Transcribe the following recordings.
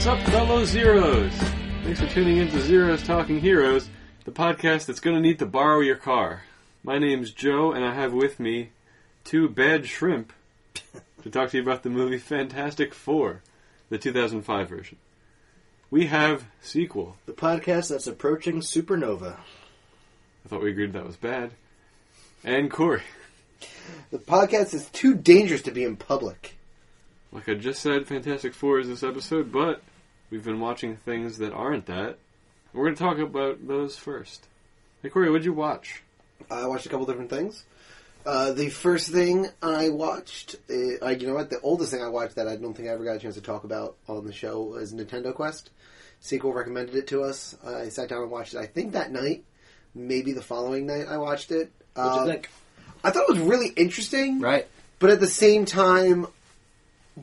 Hello, Zeros! Thanks for tuning in to Zeros Talking Heroes, the podcast that's going to need to borrow your car. My name's Joe, and I have with me two bad shrimp to talk to you about the movie Fantastic Four, the 2005 version. We have sequel. The podcast that's approaching supernova. I thought we agreed that was bad. And Corey. The podcast is too dangerous to be in public. Like I just said, Fantastic Four is this episode, but we've been watching things that aren't that. We're going to talk about those first. Hey, Corey, what'd you watch? I watched a couple different things. Uh, the first thing I watched, uh, I, you know what, the oldest thing I watched that I don't think I ever got a chance to talk about on the show was Nintendo Quest. Sequel recommended it to us. I sat down and watched it. I think that night, maybe the following night, I watched it. What'd Uh, you think? I thought it was really interesting, Right. but at the same time,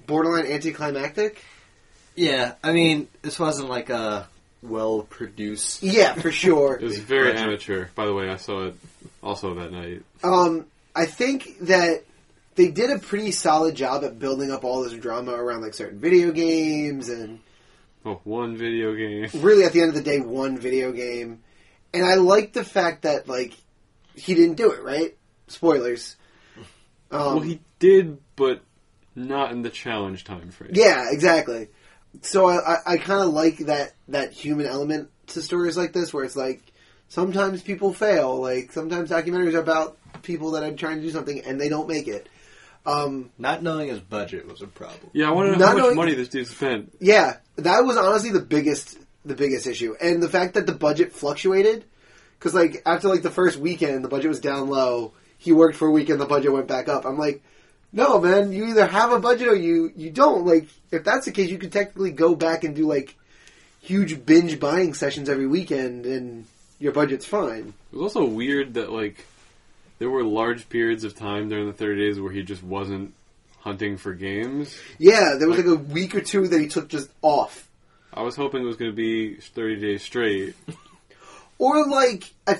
borderline anticlimactic. Yeah, I mean, this wasn't like a well produced. Yeah, for sure. It was very amateur. By the way, I saw it also that night. Um, I think that they did a pretty solid job at building up all this drama around like certain video games and Oh, one video game. really at the end of the day one video game. And I like the fact that like he didn't do it, right? Spoilers. Um, Well, he did, but not in the challenge time frame. Yeah, exactly. So I, I, I kind of like that that human element to stories like this, where it's like sometimes people fail. Like sometimes documentaries are about people that are trying to do something and they don't make it. Um, Not knowing his budget was a problem. Yeah, I want to know Not how much only- money this dude spent. Yeah, that was honestly the biggest the biggest issue, and the fact that the budget fluctuated because like after like the first weekend, the budget was down low. He worked for a week and the budget went back up. I'm like, no, man, you either have a budget or you you don't. Like if that's the case, you could technically go back and do like huge binge buying sessions every weekend, and your budget's fine. It was also weird that like there were large periods of time during the 30 days where he just wasn't hunting for games. Yeah, there was like a week or two that he took just off. I was hoping it was going to be 30 days straight. Or like, I,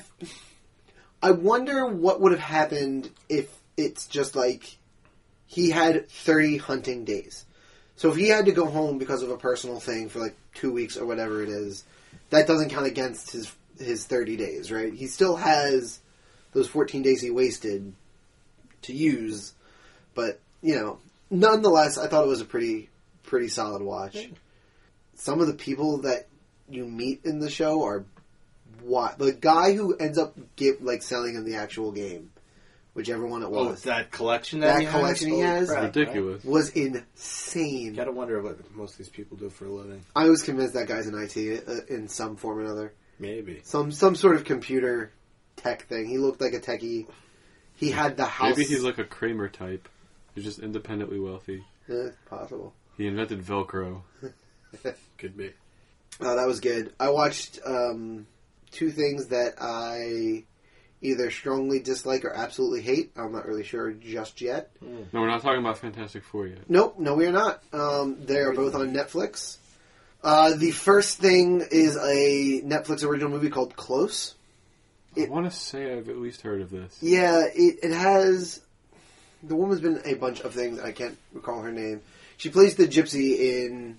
I wonder what would have happened if it's just like he had thirty hunting days. So if he had to go home because of a personal thing for like two weeks or whatever it is, that doesn't count against his his thirty days, right? He still has those fourteen days he wasted to use, but you know, nonetheless, I thought it was a pretty pretty solid watch. Some of the people that you meet in the show are what the guy who ends up get like selling him the actual game, whichever one it Oh, was, that collection That that, he has? collection he Holy has? crap, right? Ridiculous. was insane. You gotta wonder what most of these people do for a living. I was convinced that guy's an IT uh, in some form or another, Maybe. some some sort of computer tech thing. He looked like a techie. He had the house. Maybe he's like a Kramer type. He's just independently wealthy. Eh, possible. He invented Velcro. Could be. Oh, that was good. I watched um, two things that I either strongly dislike or absolutely hate. I'm not really sure just yet. Hmm. No, we're not talking about Fantastic Four yet. Nope, no, we are not. Um, they are both on Netflix. Uh, the first thing is a Netflix original movie called Close. It- I want to say I've at least heard of this. Yeah, it, it has. The woman's been in a bunch of things. I can't recall her name. She plays the gypsy in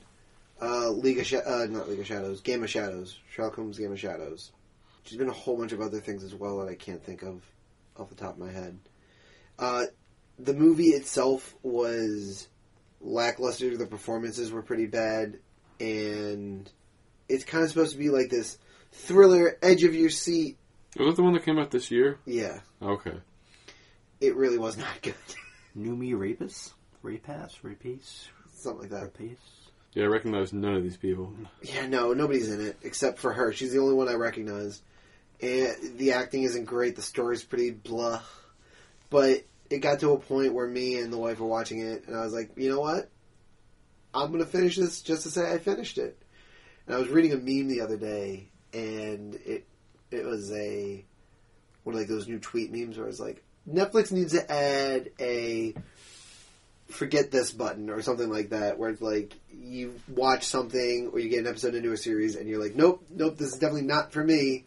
uh, League of Sha- uh, not League of Shadows, Game of Shadows, Sherlock Holmes Game of Shadows. She's been in a whole bunch of other things as well that I can't think of off the top of my head. Uh, the movie itself was lackluster. The performances were pretty bad, and it's kind of supposed to be like this thriller, edge of your seat. Was that the one that came out this year? Yeah, Okay. it really was not good. Numi Rapus? Repass? Repeats? Something like that. Repace? Yeah, I recognize none of these people. Yeah, no, nobody's in it except for her. She's the only one I recognize. And the acting isn't great. The story's pretty blah. But it got to a point where me and the wife were watching it, and I was like, you know what? I'm gonna finish this just to say I finished it. And I was reading a meme the other day, and it it was a one of like those new tweet memes where it's like Netflix needs to add a forget this button or something like that, where it's like you watch something or you get an episode into a series and you're like, nope, nope, this is definitely not for me,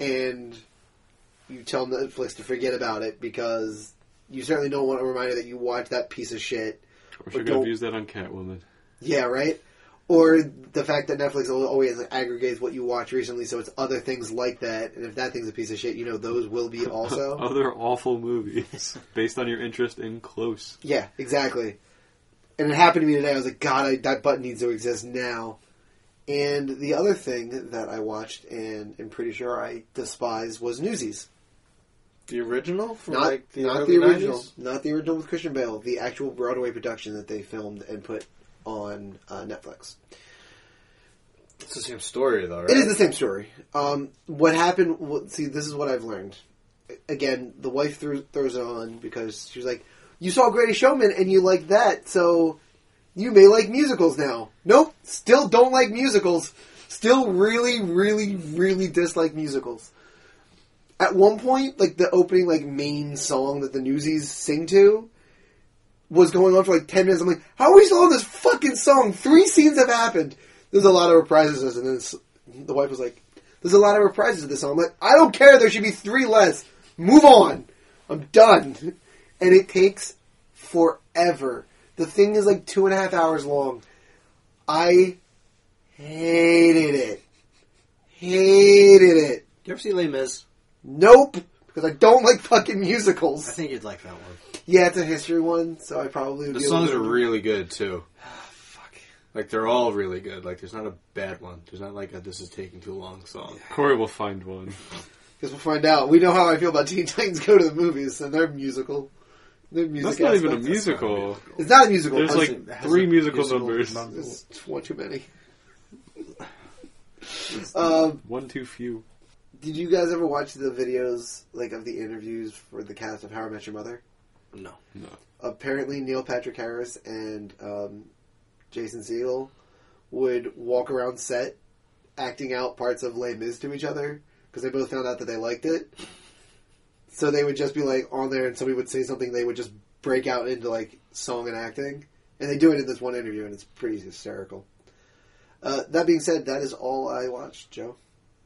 and you tell Netflix to forget about it because you certainly don't want a reminder that you watch that piece of shit I wish I could don't- have used that on Catwoman. yeah, right. Or the fact that Netflix al- always aggregates what you watch recently, so it's other things like that. And if that thing's a piece of shit, you know those will be also. Other awful movies based on your interest in Close. Yeah, exactly. And it happened to me today. I was like, God, I, that button needs to exist now. And the other thing that I watched and am pretty sure I despise was Newsies. The original from Not, like the not early the original, 90s? not the original with Christian Bale. The actual Broadway production that they filmed and put on uh, Netflix. It's the same story though, right? It is the same story. Um, what happened? What, see, this is what I've learned. Again, the wife threw, throws it on because she's like, "You saw Greatest Showman and you like that, so you may like musicals now." Nope, still don't like musicals. Still really, really, really dislike musicals. At one point, like the opening, like main song that the Newsies sing to, was going on for like 10 minutes. I'm like, how are we still on this fucking song? Three scenes have happened. There's a lot of reprises. And then s- the wife was like, there's a lot of reprises of this song. I'm like, I don't care. There should be three less. Move on. I'm done. And it takes forever. The thing is like two and a half hours long. I hated it. Hated it. You ever see Les Mis? Nope. Because I don't like fucking musicals. I think you'd like that one. yeah, it's a history one, so I probably would The be a songs are little- really good too. Fuck. Like they're all really good. Like there's not a bad one. There's not like a this is taking too long song. Corey will find one. Because we'll find out. We know how I feel about Teen Titans Go to the Movies, and they're musical. They're music That's not even a aspect. musical. It's not a musical. There's I'm like saying- it has three a musical, musical numbers. number. it's one too many. um, One too few. did you guys ever watch the videos like of the interviews for the cast of How I Met Your Mother? No. Apparently, Neil Patrick Harris and um, Jason Segel would walk around set acting out parts of Les Mis to each other because they both found out that they liked it. So they would just be like on there, and somebody would say something. They would just break out into like song and acting, and they do it in this one interview, and it's pretty hysterical. Uh, that being said, that is all I watched, Joe.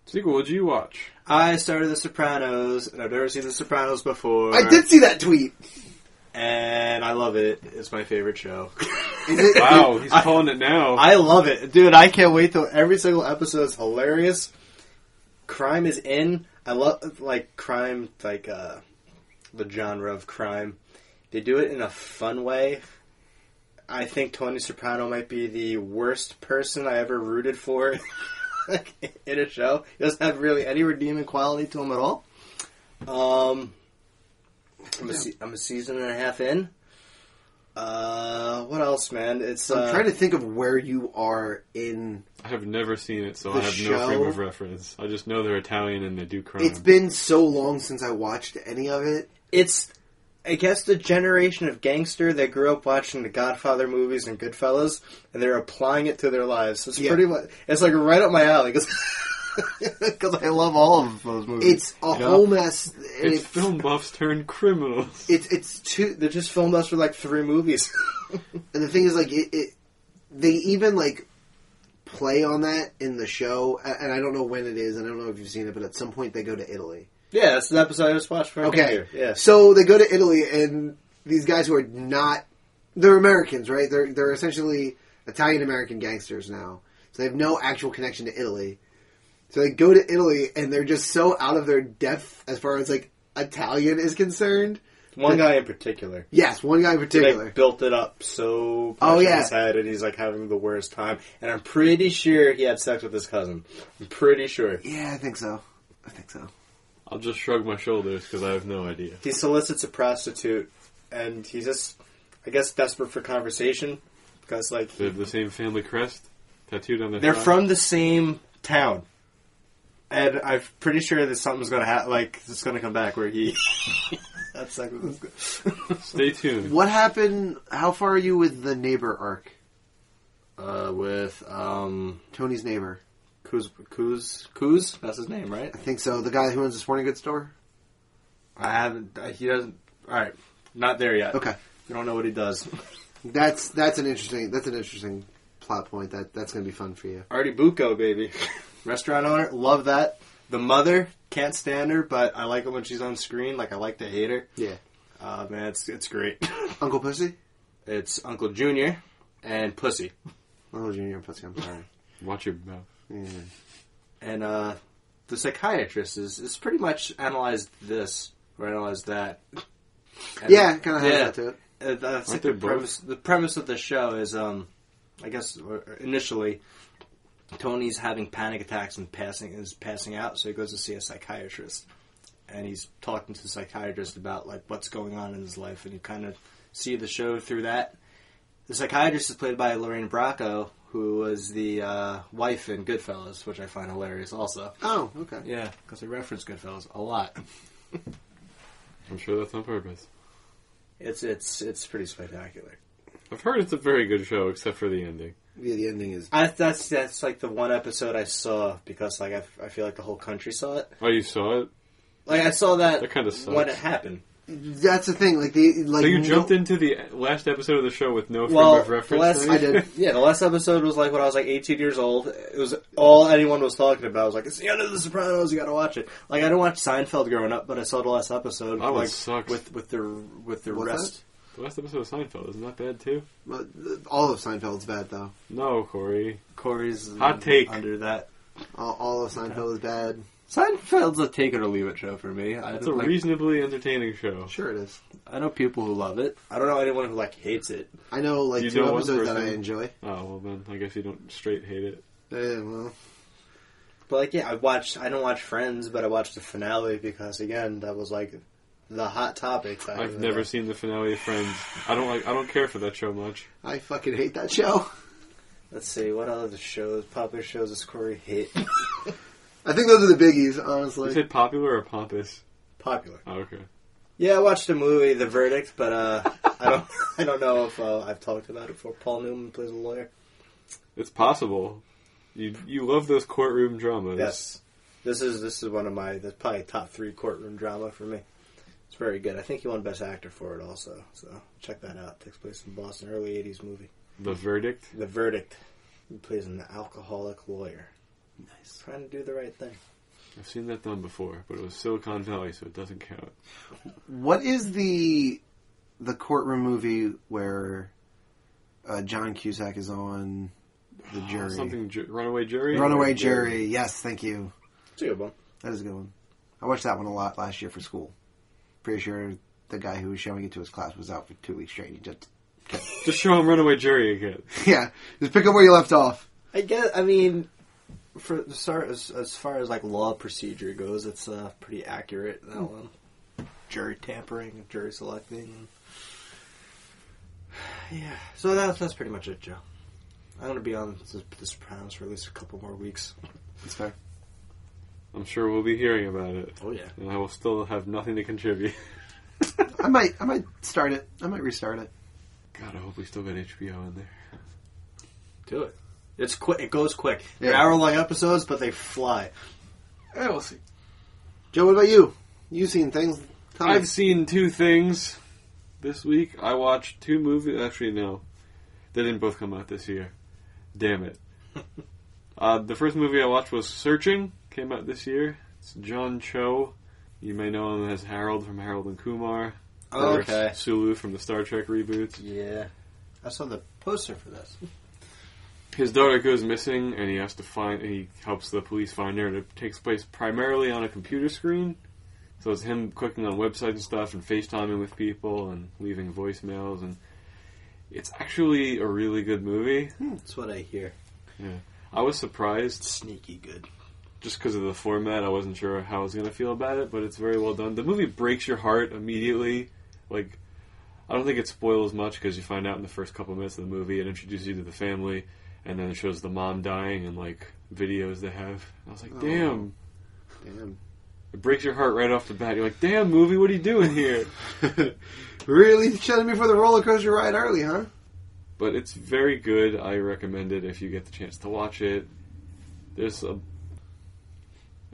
Sequel, what'd you watch? I started The Sopranos, and I've never seen The Sopranos before. I did see that tweet. and I love it. It's my favorite show. Is it- Wow, he's I- calling it now. I love it, dude. I can't wait till every single episode is hilarious. Crime is in. I love like crime, like uh, the genre of crime. They do it in a fun way. I think Tony Soprano might be the worst person I ever rooted for in a show. He doesn't have really any redeeming quality to him at all. Um, I'm a, se- I'm a season and a half in. Uh, what else, man? It's I'm uh, trying to think of where you are in I have never seen it, so The I have show? no frame of reference. I just know they're Italian and they do crime. It's been so long since I watched any of it. it's I guess the generation of gangster that grew up watching the Godfather movies and Goodfellas, and they're applying it to their lives. It's Yeah. pretty much it's like right up my alley because I love all of those movies. It's a Yeah. whole mess. And It's it- film buffs turned criminals. It's it's too. they just filmed us for like three movies. And the thing is, like it, it they even like play on that in the show, a- and I don't know when it is, and I don't know if you've seen it, but at some point they go to Italy. yeah, that's the episode I just watched. For Okay, yeah. So they go to Italy, and these guys who are not they're Americans, right? They're they're essentially Italian American gangsters now, so they have no actual connection to Italy. So they go to Italy, and they're just so out of their depth as far as like Italian is concerned. One guy in particular. Yes, one guy in particular. They built it up so much Oh, in yeah. his head, and he's like having the worst time. And I'm pretty sure he had sex with his cousin. I'm pretty sure Yeah, I think so. I think so. I'll just shrug my shoulders because I have no idea. he solicits a prostitute, and he's just, I guess, desperate for conversation because like They have the same family crest tattooed on their. they're thigh. from the same town, and I'm pretty sure that something's gonna happen. Like it's gonna come back where he. That's like Stay tuned. What happened? How far are you with the neighbor arc? uh, with um Tony's neighbor. Kuz Kuz Kuz. That's his name, right? I think so. The guy who owns the sporting goods store. I haven't. He doesn't. All right, not there yet. Okay, We don't know what he does. that's that's an interesting that's an interesting plot point. That that's going to be fun for you. Artie Bucco, baby. Restaurant owner, love that. The mother, can't stand her, but I like it when she's on screen. Like I like to hate her. Yeah, Uh, man, it's it's great. Uncle Pussy. it's Uncle Junior and Pussy. Oh, Junior Pussy, I'm sorry. Watch your mouth. Yeah. And uh, the psychiatrist is, is pretty much analyzed this or analyzed that. And Yeah, kind of has Yeah. that to it. Uh, that's Aren't the they both? premise. The premise of the show is, um, I guess, or- or initially, Tony's having panic attacks and passing is passing out, so he goes to see a psychiatrist, and he's talking to the psychiatrist about like what's going on in his life, and you kind of see the show through that. The psychiatrist is played by Lorraine Bracco, who was the uh, wife in Goodfellas, which I find hilarious, also. Oh, okay. Yeah, because they reference Goodfellas a lot. I'm sure that's on purpose. It's it's it's pretty spectacular. I've heard it's a very good show, except for the ending. Yeah, the ending is. I, that's that's like the one episode I saw because like I, I feel like the whole country saw it. Oh, you saw it? Like I saw that, That kinda sucks. when it happened. That's the thing. Like the like. So you no- jumped into the last episode of the show with no frame Well, of the reference? last then? I did. yeah, the last episode was like when I was like 18 years old. It was all anyone was talking about. I was like, it's the end of The Sopranos. You got to watch it. Like I didn't watch Seinfeld growing up, but I saw the last episode. Oh, That one like sucks. with with the with the What's rest. The last episode of Seinfeld isn't that bad too? But, uh, all of Seinfeld's bad though. No, Corey. Corey's Hot take. under that. All, all of Seinfeld is bad. Seinfeld's a take it or leave it show for me. I That's a don't like, reasonably entertaining show. Sure, it is. I know people who love it. I don't know anyone who like hates it. I know like You two know one episodes that I person- enjoy. Oh well, then I guess you don't straight hate it. Yeah, well, But like, yeah, I watched. I don't watch Friends, but I watched the finale because again, that was like the hot topic. that- I've never seen the finale of Friends. I don't like. I don't care for that show much. I fucking hate that show. Let's see what other shows, popular shows, does Corey hit? I think those are the biggies, Is honestly. it popular or pompous? popular. Oh, okay. Yeah, I watched the movie The Verdict, but uh, I don't. I don't know if uh, I've talked about it before. Paul Newman plays a lawyer. It's possible. You you love those courtroom dramas. Yes, this is this is one of my. That's probably top three courtroom drama for me. It's very good. I think he won Best Actor for it also. So check that out. takes place in Boston, early '80s movie. The verdict. The verdict. He plays an alcoholic lawyer. Nice. Trying to do the right thing. I've seen that done before, but it was Silicon Valley, so it doesn't count. What is the the courtroom movie where uh, John Cusack is on the jury? Something ju- runaway jury. Runaway Jury. Yes, thank you. It's a good one. That is a good one. I watched that one a lot last year for school. Pretty sure the guy who was showing it to his class was out for two weeks straight. He just Just show him Runaway Jury again. yeah, just pick up where you left off. I guess. I mean, for the start, as, as far as like law procedure goes, it's uh, pretty accurate. That one. Jury tampering, and jury selecting. Yeah. So that's that's pretty much it, Joe. I'm gonna be on The, the Sopranos for at least a couple more weeks. That's fair. I'm sure we'll be hearing about it, Oh yeah. and I will still have nothing to contribute. I might I might start it. I might restart it. God, I hope we still got HBO in there. Do it. It's quick. It goes quick. They're Yeah. hour long episodes, but they fly. Yeah, Eh, we'll see. Joe, what about you? You've seen things. Tell me. I've seen two things this week. I watched two movies. Actually, no, they didn't both come out this year. Damn it. uh, the first movie I watched was Searching. Came out this year. It's John Cho. You may know him as Harold from Harold and Kumar. Oh, or Sulu from the Star Trek reboots. Yeah. I saw the poster for this. His daughter goes missing, and he has to find. He helps the police find her, and it takes place primarily on a computer screen. So it's him clicking on websites and stuff, and FaceTiming with people, and leaving voicemails, and it's actually a really good movie. That's what I hear. I was surprised Sneaky good. just because of the format. I wasn't sure how I was gonna feel about it, but it's very well done. The movie breaks your heart immediately. Like, I don't think it spoils much because you find out in the first couple minutes of the movie, it introduces you to the family, and then it shows the mom dying and like videos they have. I was like, Oh. damn. Damn. It breaks your heart right off the bat. You're like, damn, movie, what are you doing here? really shutting me for the roller coaster ride early, huh? but it's very good. I recommend it if you get the chance to watch it. There's a.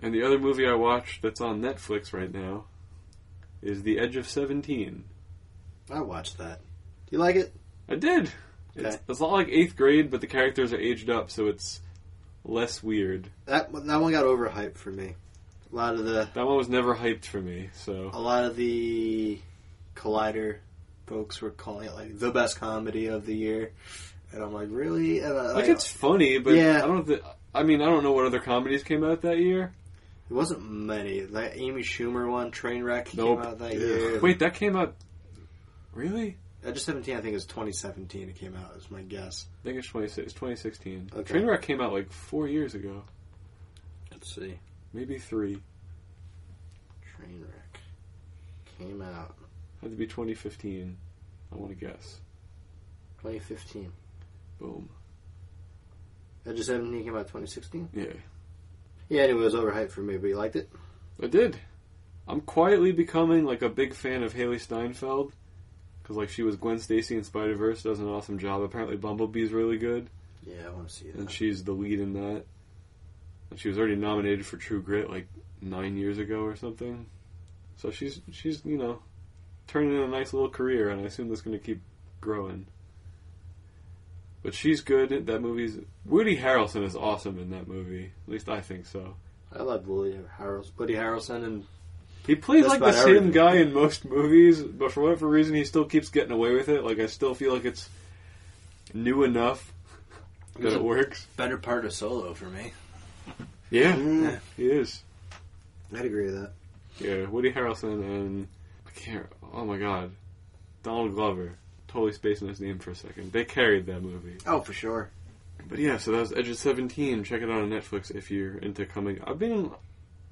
And the other movie I watched that's on Netflix right now is The Edge of 17. I watched that. Do you like it? I did! It's, Okay. it's not like 8th grade, but the characters are aged up, so it's less weird. That that one got overhyped for me. A lot of the That one was never hyped for me, so. a lot of the Collider folks were calling it like the best comedy of the year, and I'm like, really? And I, Like I- it's funny, but Yeah. I don't. Th- I mean, I don't know what other comedies came out that year. it wasn't many. That Amy Schumer one, Trainwreck, Nope. came out that Yeah. year. Wait, that came out. Really? I just 17. I think it was 2017. It came out. Is my guess. I think it's 26, 2016. Okay. Trainwreck came out like four years ago, Let's see. maybe three. Trainwreck came out Had to be 2015. I want to guess. 2015. Boom. I Uh, just 17 came out 2016. Yeah, Yeah, anyway, it was overhyped for me, but you liked it. I did. I'm quietly becoming like a big fan of Haley Steinfeld because like she was Gwen Stacy in Spider Verse. Does an awesome job. Apparently, Bumblebee's really good, Yeah, I want to see and that. she's the lead in that. And she was already nominated for True Grit like nine years ago or something. So she's she's you know turning in a nice little career, and I assume that's going to keep growing. But she's good. That movie's Woody Harrelson is awesome in that movie. At least I think so. I loved Woody Harrelson, Woody Harrelson, and He plays That's like the about same everything. guy in most movies, but for whatever reason, he still keeps getting away with it. Like I still feel like it's new enough that Yeah. it works. better part of Solo for me. Yeah, Mm, he is. I'd agree with that. Yeah, Woody Harrelson and I can't. Oh my god, Donald Glover. Totally spacing his name for a second. They carried that movie. Oh, for sure. But yeah, so that was Edge of Seventeen. Check it out on Netflix if you're into coming. I've been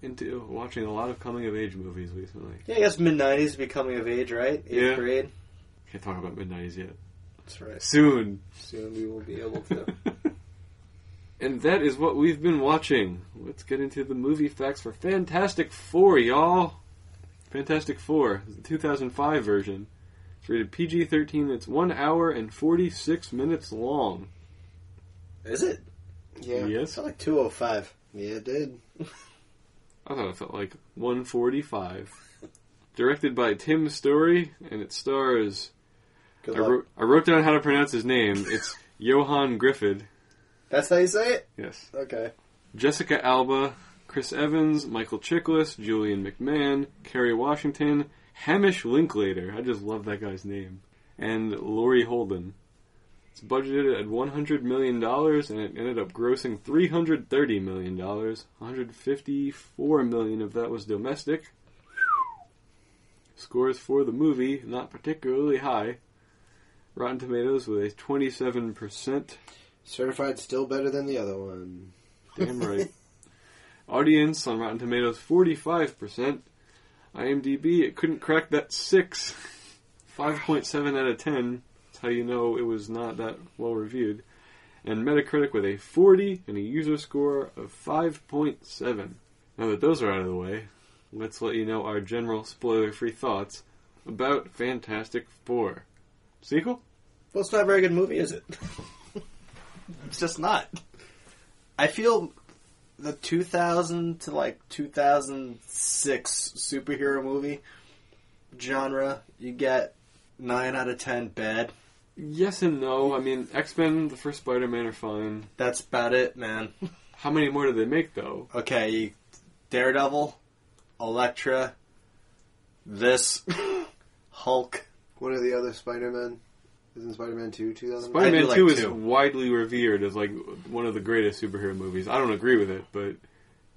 into watching a lot of coming of age movies recently. Yeah, I guess mid '90s becoming of age, right? Eighth Yeah. grade. Can't talk about Midnight's yet. That's right. Soon. Soon we will be able to. and that is what we've been watching. Let's get into the movie facts for Fantastic Four, y'all. Fantastic Four, the 2005 version. It's rated PG 13. It's 1 hour and 46 minutes long. Is it? Yeah. Yeah, Yes? It's like 205. it did. I thought it felt like 145. Directed by Tim Story, and it stars. Good I luck. wrote, I wrote down how to pronounce his name. It's Johan Griffith. That's how you say it. Yes. Okay. Jessica Alba, Chris Evans, Michael Chiklis, Julian McMahon, Kerry Washington, Hamish Linklater. I just love that guy's name. And Laurie Holden. It's budgeted at $100 million and it ended up grossing $330 million. $154 million of that was domestic. Scores for the movie, not particularly high. Rotten Tomatoes with a 27%. Certified still better than the other one. Damn right. Audience on Rotten Tomatoes, 45%. IMDb, it couldn't crack that 6. 5.7 out of 10. That's how you know it was not that well reviewed. And Metacritic with a 40 and a user score of 5.7. Now that those are out of the way, let's let you know our general spoiler free thoughts about Fantastic Four. Sequel? Well, it's not a very good movie, is it? it's just not. I feel the 2000 to like 2006 superhero movie genre, you get 9 out of 10 bad. Yes and no. I mean, X Men, the first Spider Man are fine. That's about it, man. How many more do they make, though? Okay, you, Daredevil, Elektra, this, Hulk. One of the other Spider Men. Isn't Spider Man 2 2000? Spider Man I do like 2 is two. widely revered as like one of the greatest superhero movies. I don't agree with it, but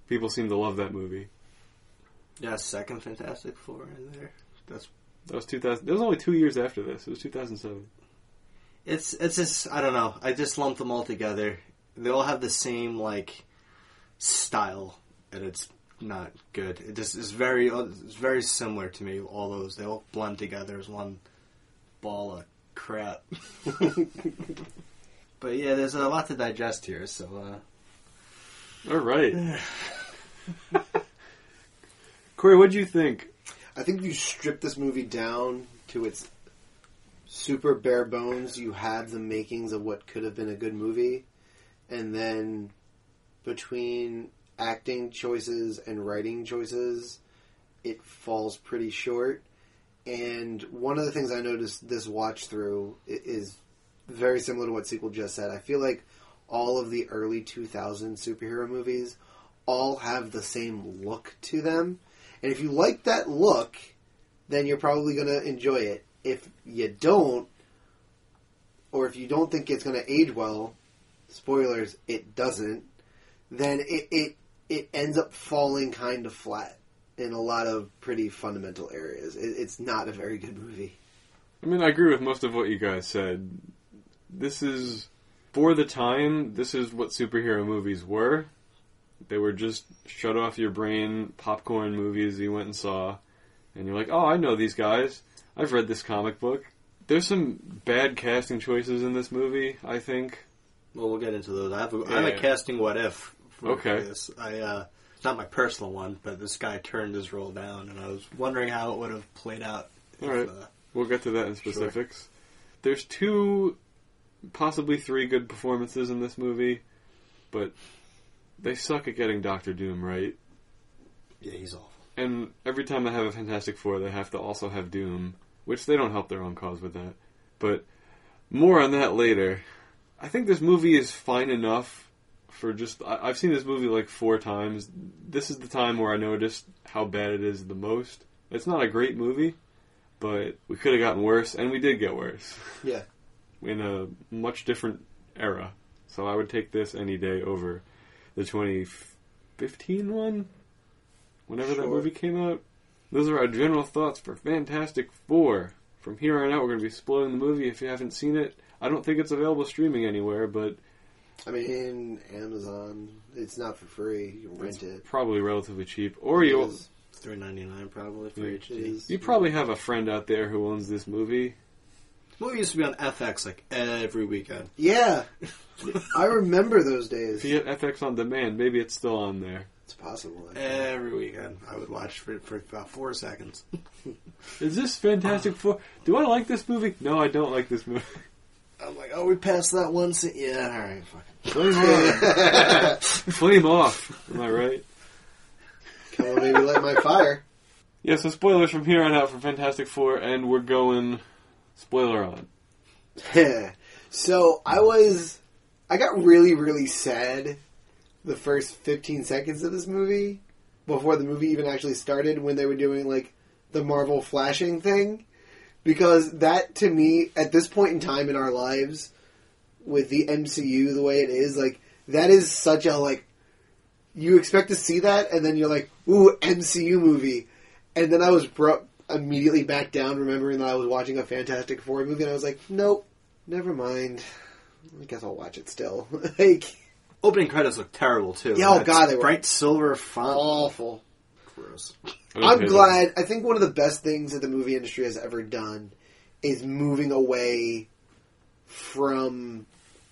people seem to love that movie. Yeah, second Fantastic Four in there. That's That was 2000. That was only two years after this. It was 2007. It's it's just I don't know. I just lump them all together. They all have the same like style, and it's not good. It just is very it's very similar to me. All those they all blend together as one ball of crap. but yeah, there's a lot to digest here. So uh, All right. Corey, what'd you think? I think you strip this movie down to its super bare bones. You have the makings of what could have been a good movie, and then between acting choices and writing choices, it falls pretty short. And one of the things I noticed this watch through i- is very similar to what Sequel just said. I feel like all of the early 2000 superhero movies all have the same look to them. And if you like that look, then you're probably going to enjoy it. If you don't, or if you don't think it's going to age well, spoilers, it doesn't. Then it it it ends up falling kind of flat in a lot of pretty fundamental areas. It, it's not a very good movie. I mean, I agree with most of what you guys said. This is, for the time, this is what superhero movies were. They were just shut off your brain popcorn movies you went and saw. And you're like, oh, I know these guys. I've read this comic book. There's some bad casting choices in this movie, I think. Well, we'll get into those. I have a, I have a Yeah. casting what if. For Okay. This. I uh, it's not my personal one, but this guy turned his role down, and I was wondering how it would have played out. All right. uh, We'll get to that in specifics. There's two, possibly three good performances in this movie, but they suck at getting Doctor Doom right. yeah, he's awful. And every time they have a Fantastic Four, they have to also have Doom, which they don't help their own cause with that. But more on that later. I think this movie is fine enough for just. I, I've seen this movie like four times. This is the time where I noticed how bad it is the most. It's not a great movie, but we could have gotten worse, and we did get worse Yeah. in a much different era. So I would take this any day over the 2015 one, whenever that Sure. movie came out. Those are our general thoughts for Fantastic Four. From here on out, we're going to be spoiling the movie if you haven't seen it. I don't think it's available streaming anywhere, but I mean, Amazon, it's not for free. You can rent it. probably relatively cheap. Or you Because- Three ninety nine probably for Yeah, HD. it is. you probably have a friend out there who owns this movie. Movie used to be on FX like every weekend. Yeah. I remember those days. If you get FX on demand, maybe it's still on there. It's possible. actually. Every weekend, I would watch for for about four seconds. Is this Fantastic Four? Do I like this movie? No, I don't like this movie. I'm like, oh, we passed that one scene. Yeah, all right, fuck. it. Flame off. Flame off. Am I right? Come on, baby, light my fire. Yeah, so spoilers from here on out for Fantastic Four, and we're going spoiler on. so I was, I got really, really sad the first 15 seconds of this movie before the movie even actually started when they were doing like the Marvel flashing thing. Because that to me, at this point in time in our lives, with the MCU the way it is, like, that is such a like, you expect to see that and then you're like, ooh, MCU movie. And then I was brought immediately back down remembering that I was watching a Fantastic Four movie and I was like, nope. Never mind. I guess I'll watch it still. like Opening credits look terrible too. Yeah, oh, That God, they were- bright silver font. awful. Gross. I don't I'm hate it. glad. I think one of the best things that the movie industry has ever done is moving away from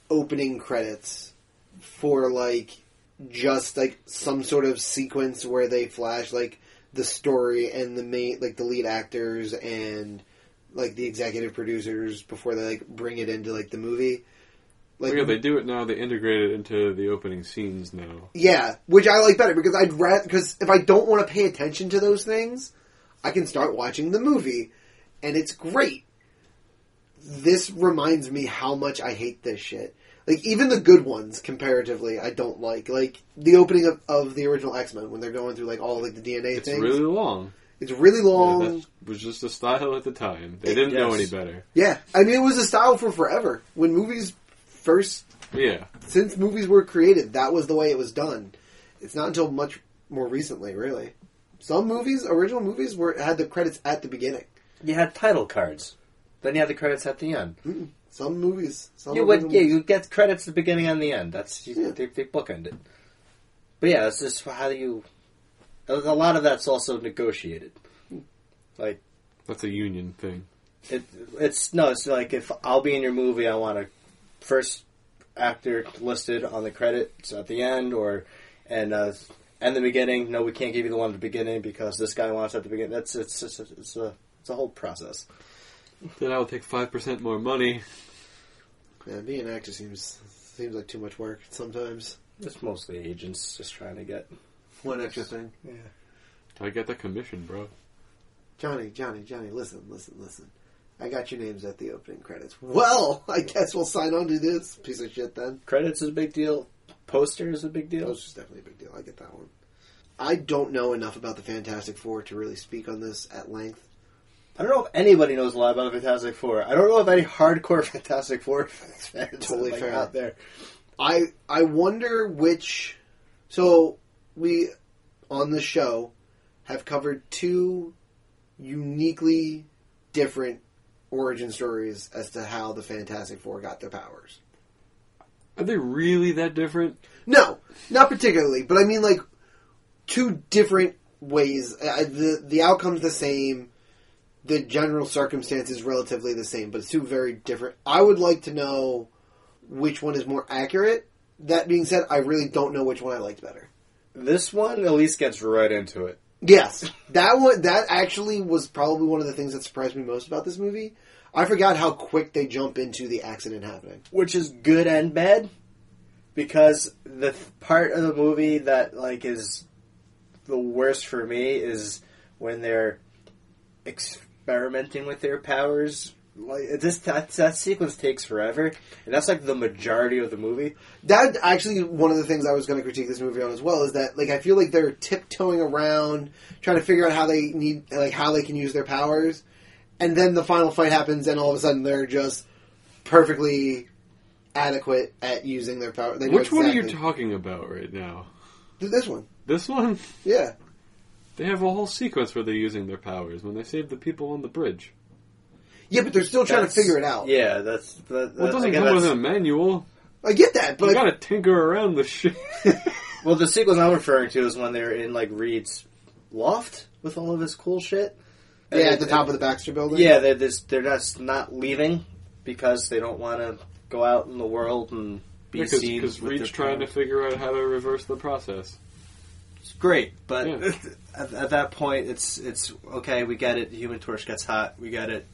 opening credits for like just like some sort of sequence where they flash like the story and the main like the lead actors and like the executive producers before they like bring it into like the movie. Oh, yeah, they do it now. They integrate it into the opening scenes now. Yeah, which I like better because I'd rather because if I don't want to pay attention to those things, I can start watching the movie, and it's great. This reminds me how much I hate this shit. Like even the good ones, comparatively, I don't like. Like the opening of, of the original X Men when they're going through like all like the DNA It's things. really long. it's really Yeah, long. that was just the style at the time. They didn't know any Yes. better. yeah, I mean it was a style for forever when movies first Yeah, since movies were created, that was the way it was done. It's not until much more recently, really. Some movies, original movies, were had the credits at the beginning. You had title cards. Then you had the credits at the end. Some movies, some You would, original yeah, movies- you get credits at the beginning and the end. That's you, Yeah. they, they bookend it. But yeah, it's just how do you? A a lot of that's also negotiated. Like that's a union thing. it, it's no, it's like if I'll be in your movie, I want a first actor listed on the credits at the end, or and uh, and the beginning. No, we can't give you the one at the beginning because this guy wants at the beginning. That's it's it's, it's a it's a whole process. Then I will take five percent more money. Yeah, being an actor seems seems like too much work sometimes. It's mostly agents just trying to get. One extra thing, Yeah. I get the commission, bro. Johnny, Johnny, Johnny. Listen, listen, listen. I got your names at the opening credits. Well, I guess we'll sign on to this piece of shit then. Credits is a big deal. Poster is a big That deal. was just definitely a big deal. I get that one. I don't know enough about the Fantastic Four to really speak on this at length. I don't know if anybody knows a lot about the Fantastic Four. I don't know if any hardcore Fantastic Four fans Totally totally like, fair. out there. I I wonder which. So we on the show have covered two uniquely different origin stories as to how the Fantastic Four got their powers. Are they really that different? No, not particularly, but I mean like two different ways. I, I- the the outcome's the same. The general circumstances relatively the same, but it's two very different. I would like to know which one is more accurate. That being said, I really don't know which one I liked better. This one at least gets right into it. Yes, that one. That actually was probably one of the things that surprised me most about this movie. I forgot how quick they jump into the accident happening. which is good and bad because the th- part of the movie that like is the worst for me is when they're experimenting with their powers like this that, that sequence takes forever and that's like the majority of the movie That actually one of the things I was going to critique this movie on as well is that like I feel like they're tiptoeing around trying to figure out how they need like how they can use their powers, and then the final fight happens, and all of a sudden they're just perfectly adequate at using their power. They know Which one are you exactly- talking about right now? this one? This one? Yeah, They have a whole sequence where they're using their powers when they save the people on the bridge. yeah, but they're still trying That's- to figure it out. yeah that's that, Well, it that- doesn't again, come with that's- a manual. I get that, You but gotta tinker around the shit. well the sequence i'm referring to is when they're in like reed's loft with all of his cool shit yeah, at And- the top of the Baxter Building. Yeah, they're just, they're just not leaving because they don't want to go out in the world and be because seen. because with Reed's their trying to parents. figure out how to reverse the process. It's great, but Yeah. at, at that point, it's it's okay. We get it. Human Torch gets hot. We get it.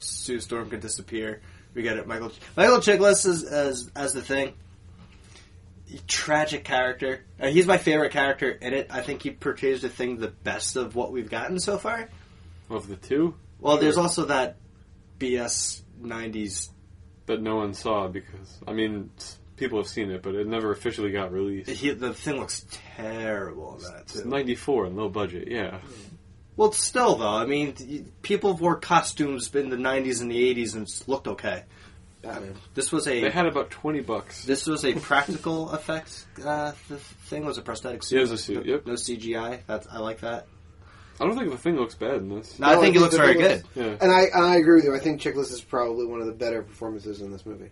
Sue Storm could disappear. We get it. Michael Michael Chiklis is as as the thing. Tragic character. Uh, he's my favorite character in it. I think he portrays the thing the best of what we've gotten so far. Of the two Well, there's also that BS '90s that no one saw because I mean s- people have seen it, but it never officially got released. He, the thing looks terrible. in That It's too. ninety four and low budget. Yeah, well, still though, I mean, you- people wore costumes in the '90s and the '80s and it's looked okay. Batman. This was they a had about twenty bucks. this was a practical effects uh, th- thing. Was a prosthetic suit. Yeah, it was a suit, No, yep. no CGI. That's I like that. I don't think the thing looks bad in this. No, I think it looks the very thing good. was- Yeah, And I and I agree with you. I think Chickless is probably one of the better performances in this movie.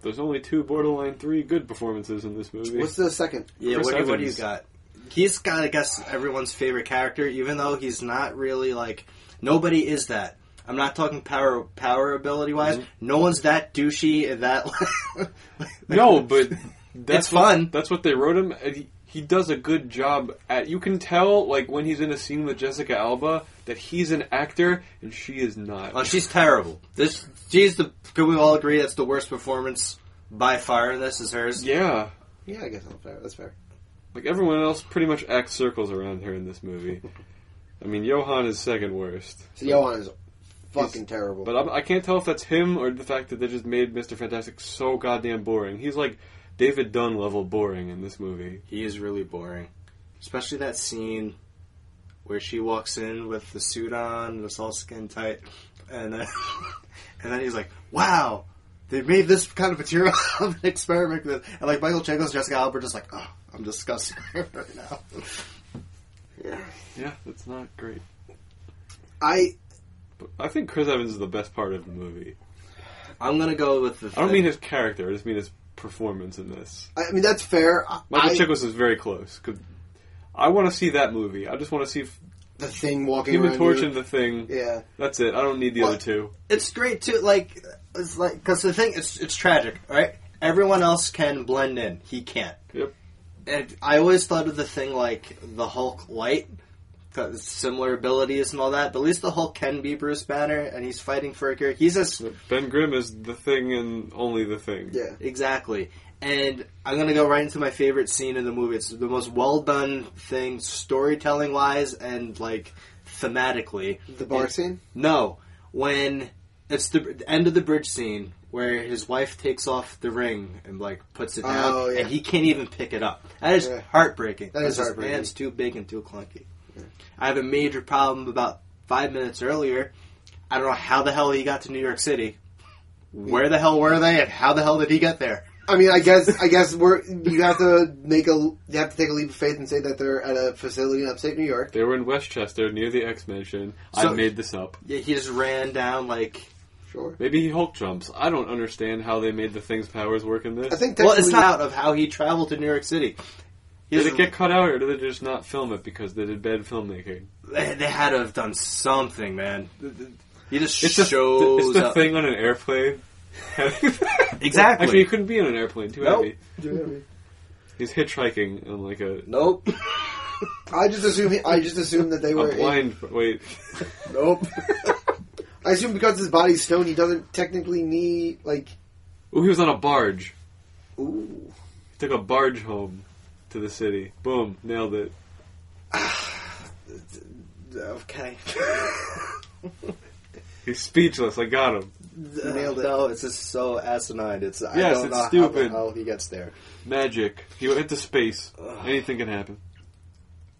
there's only two borderline three good performances in this movie. What's the second? Yeah, Chris what, do you- what do you Evans. got? He's got, I guess, everyone's favorite character, even though he's not really like nobody is that. I'm not talking power power ability wise. Mm-hmm. No one's that douchey and that. No, but that's It's what- fun. That's what they wrote him. and He, he does a good job at. You can tell, like when he's in a scene with Jessica Alba, that he's an actor and she is not. Oh, she's terrible. This, she's the. Can we all agree that's the worst performance by far? in This is hers. yeah, Yeah, I guess that's fair. That's fair. like everyone else, pretty much acts circles around her in this movie. I mean, Johan is second worst. So Johan is fucking terrible. But I'm, I can't tell if that's him or the fact that they just made Mr. Fantastic so goddamn boring. He's like David Dunn level boring in this movie. He is really boring, especially that scene where she walks in with the suit on, and it's all skin tight, and then, and then he's like, "Wow, they made this kind of material of an experiment." With. And like Michael Chiklis, Jessica Alba, are just like, "Oh, I'm disgusted right now." yeah. Yeah, that's not great. I But I think Chris Evans is the best part of the movie. I'm gonna go with the. I don't mean his character; I just mean his performance in this. I mean that's fair. I, Michael I- Chiklis is very close. 'cause I want to see that movie. I just want to see f- the thing walking Human around Torch you. and the Thing. Yeah. That's it. I don't need the What? other two. it's great too. Like it's like because the thing it's it's tragic, right? Everyone else can blend in. He can't. Yep. And I always thought of the thing like the Hulk light, 'cause similar abilities and all that. But at least the Hulk can be Bruce Banner, and he's fighting for a character. He's just Ben Grimm is the Thing and only the Thing. Yeah. exactly. And I'm gonna go right into my favorite scene in the movie. It's the most well done thing, storytelling wise, and like thematically. The bar And- scene. no, when it's the, the end of the bridge scene where his wife takes off the ring and like puts it down, Oh, yeah. and he can't even pick it up. That is Yeah. heartbreaking. That is because his heartbreaking. Hand's too big and too clunky. I have a major problem about five minutes earlier I don't know how the hell he got to New York City. Where the hell were they, and how the hell did he get there? I mean, I guess I guess we're you have to make a you have to take a leap of faith and say that they're at a facility in upstate New York. They were in Westchester near the X Mansion. I So- made this up. Yeah, he just ran down like. Sure. Maybe he Hulk jumps. I don't understand how they made the thing's powers work in this. I think Well, it's technically- not out of how he traveled to New York City. He did just- it get cut out, or did they just not film it because they did bad filmmaking? they, they had to have done something, man. He just It's just shows it's the up. thing on an airplane. Exactly. Actually, he couldn't be on an airplane. Too Nope. heavy. He's hitchhiking on like a, Nope. I just assume he, I just assume that they were. a blind. Wait, nope. I assume because his body's stone, he doesn't technically need like. oh, he was on a barge. Ooh. He took a barge home to the city. Boom, nailed it. Okay. He's speechless. I got him. Nailed it. No, it's just so asinine. It's I Yes, don't it's know how the stupid. hell he gets there. Magic. He went into space. Anything can happen.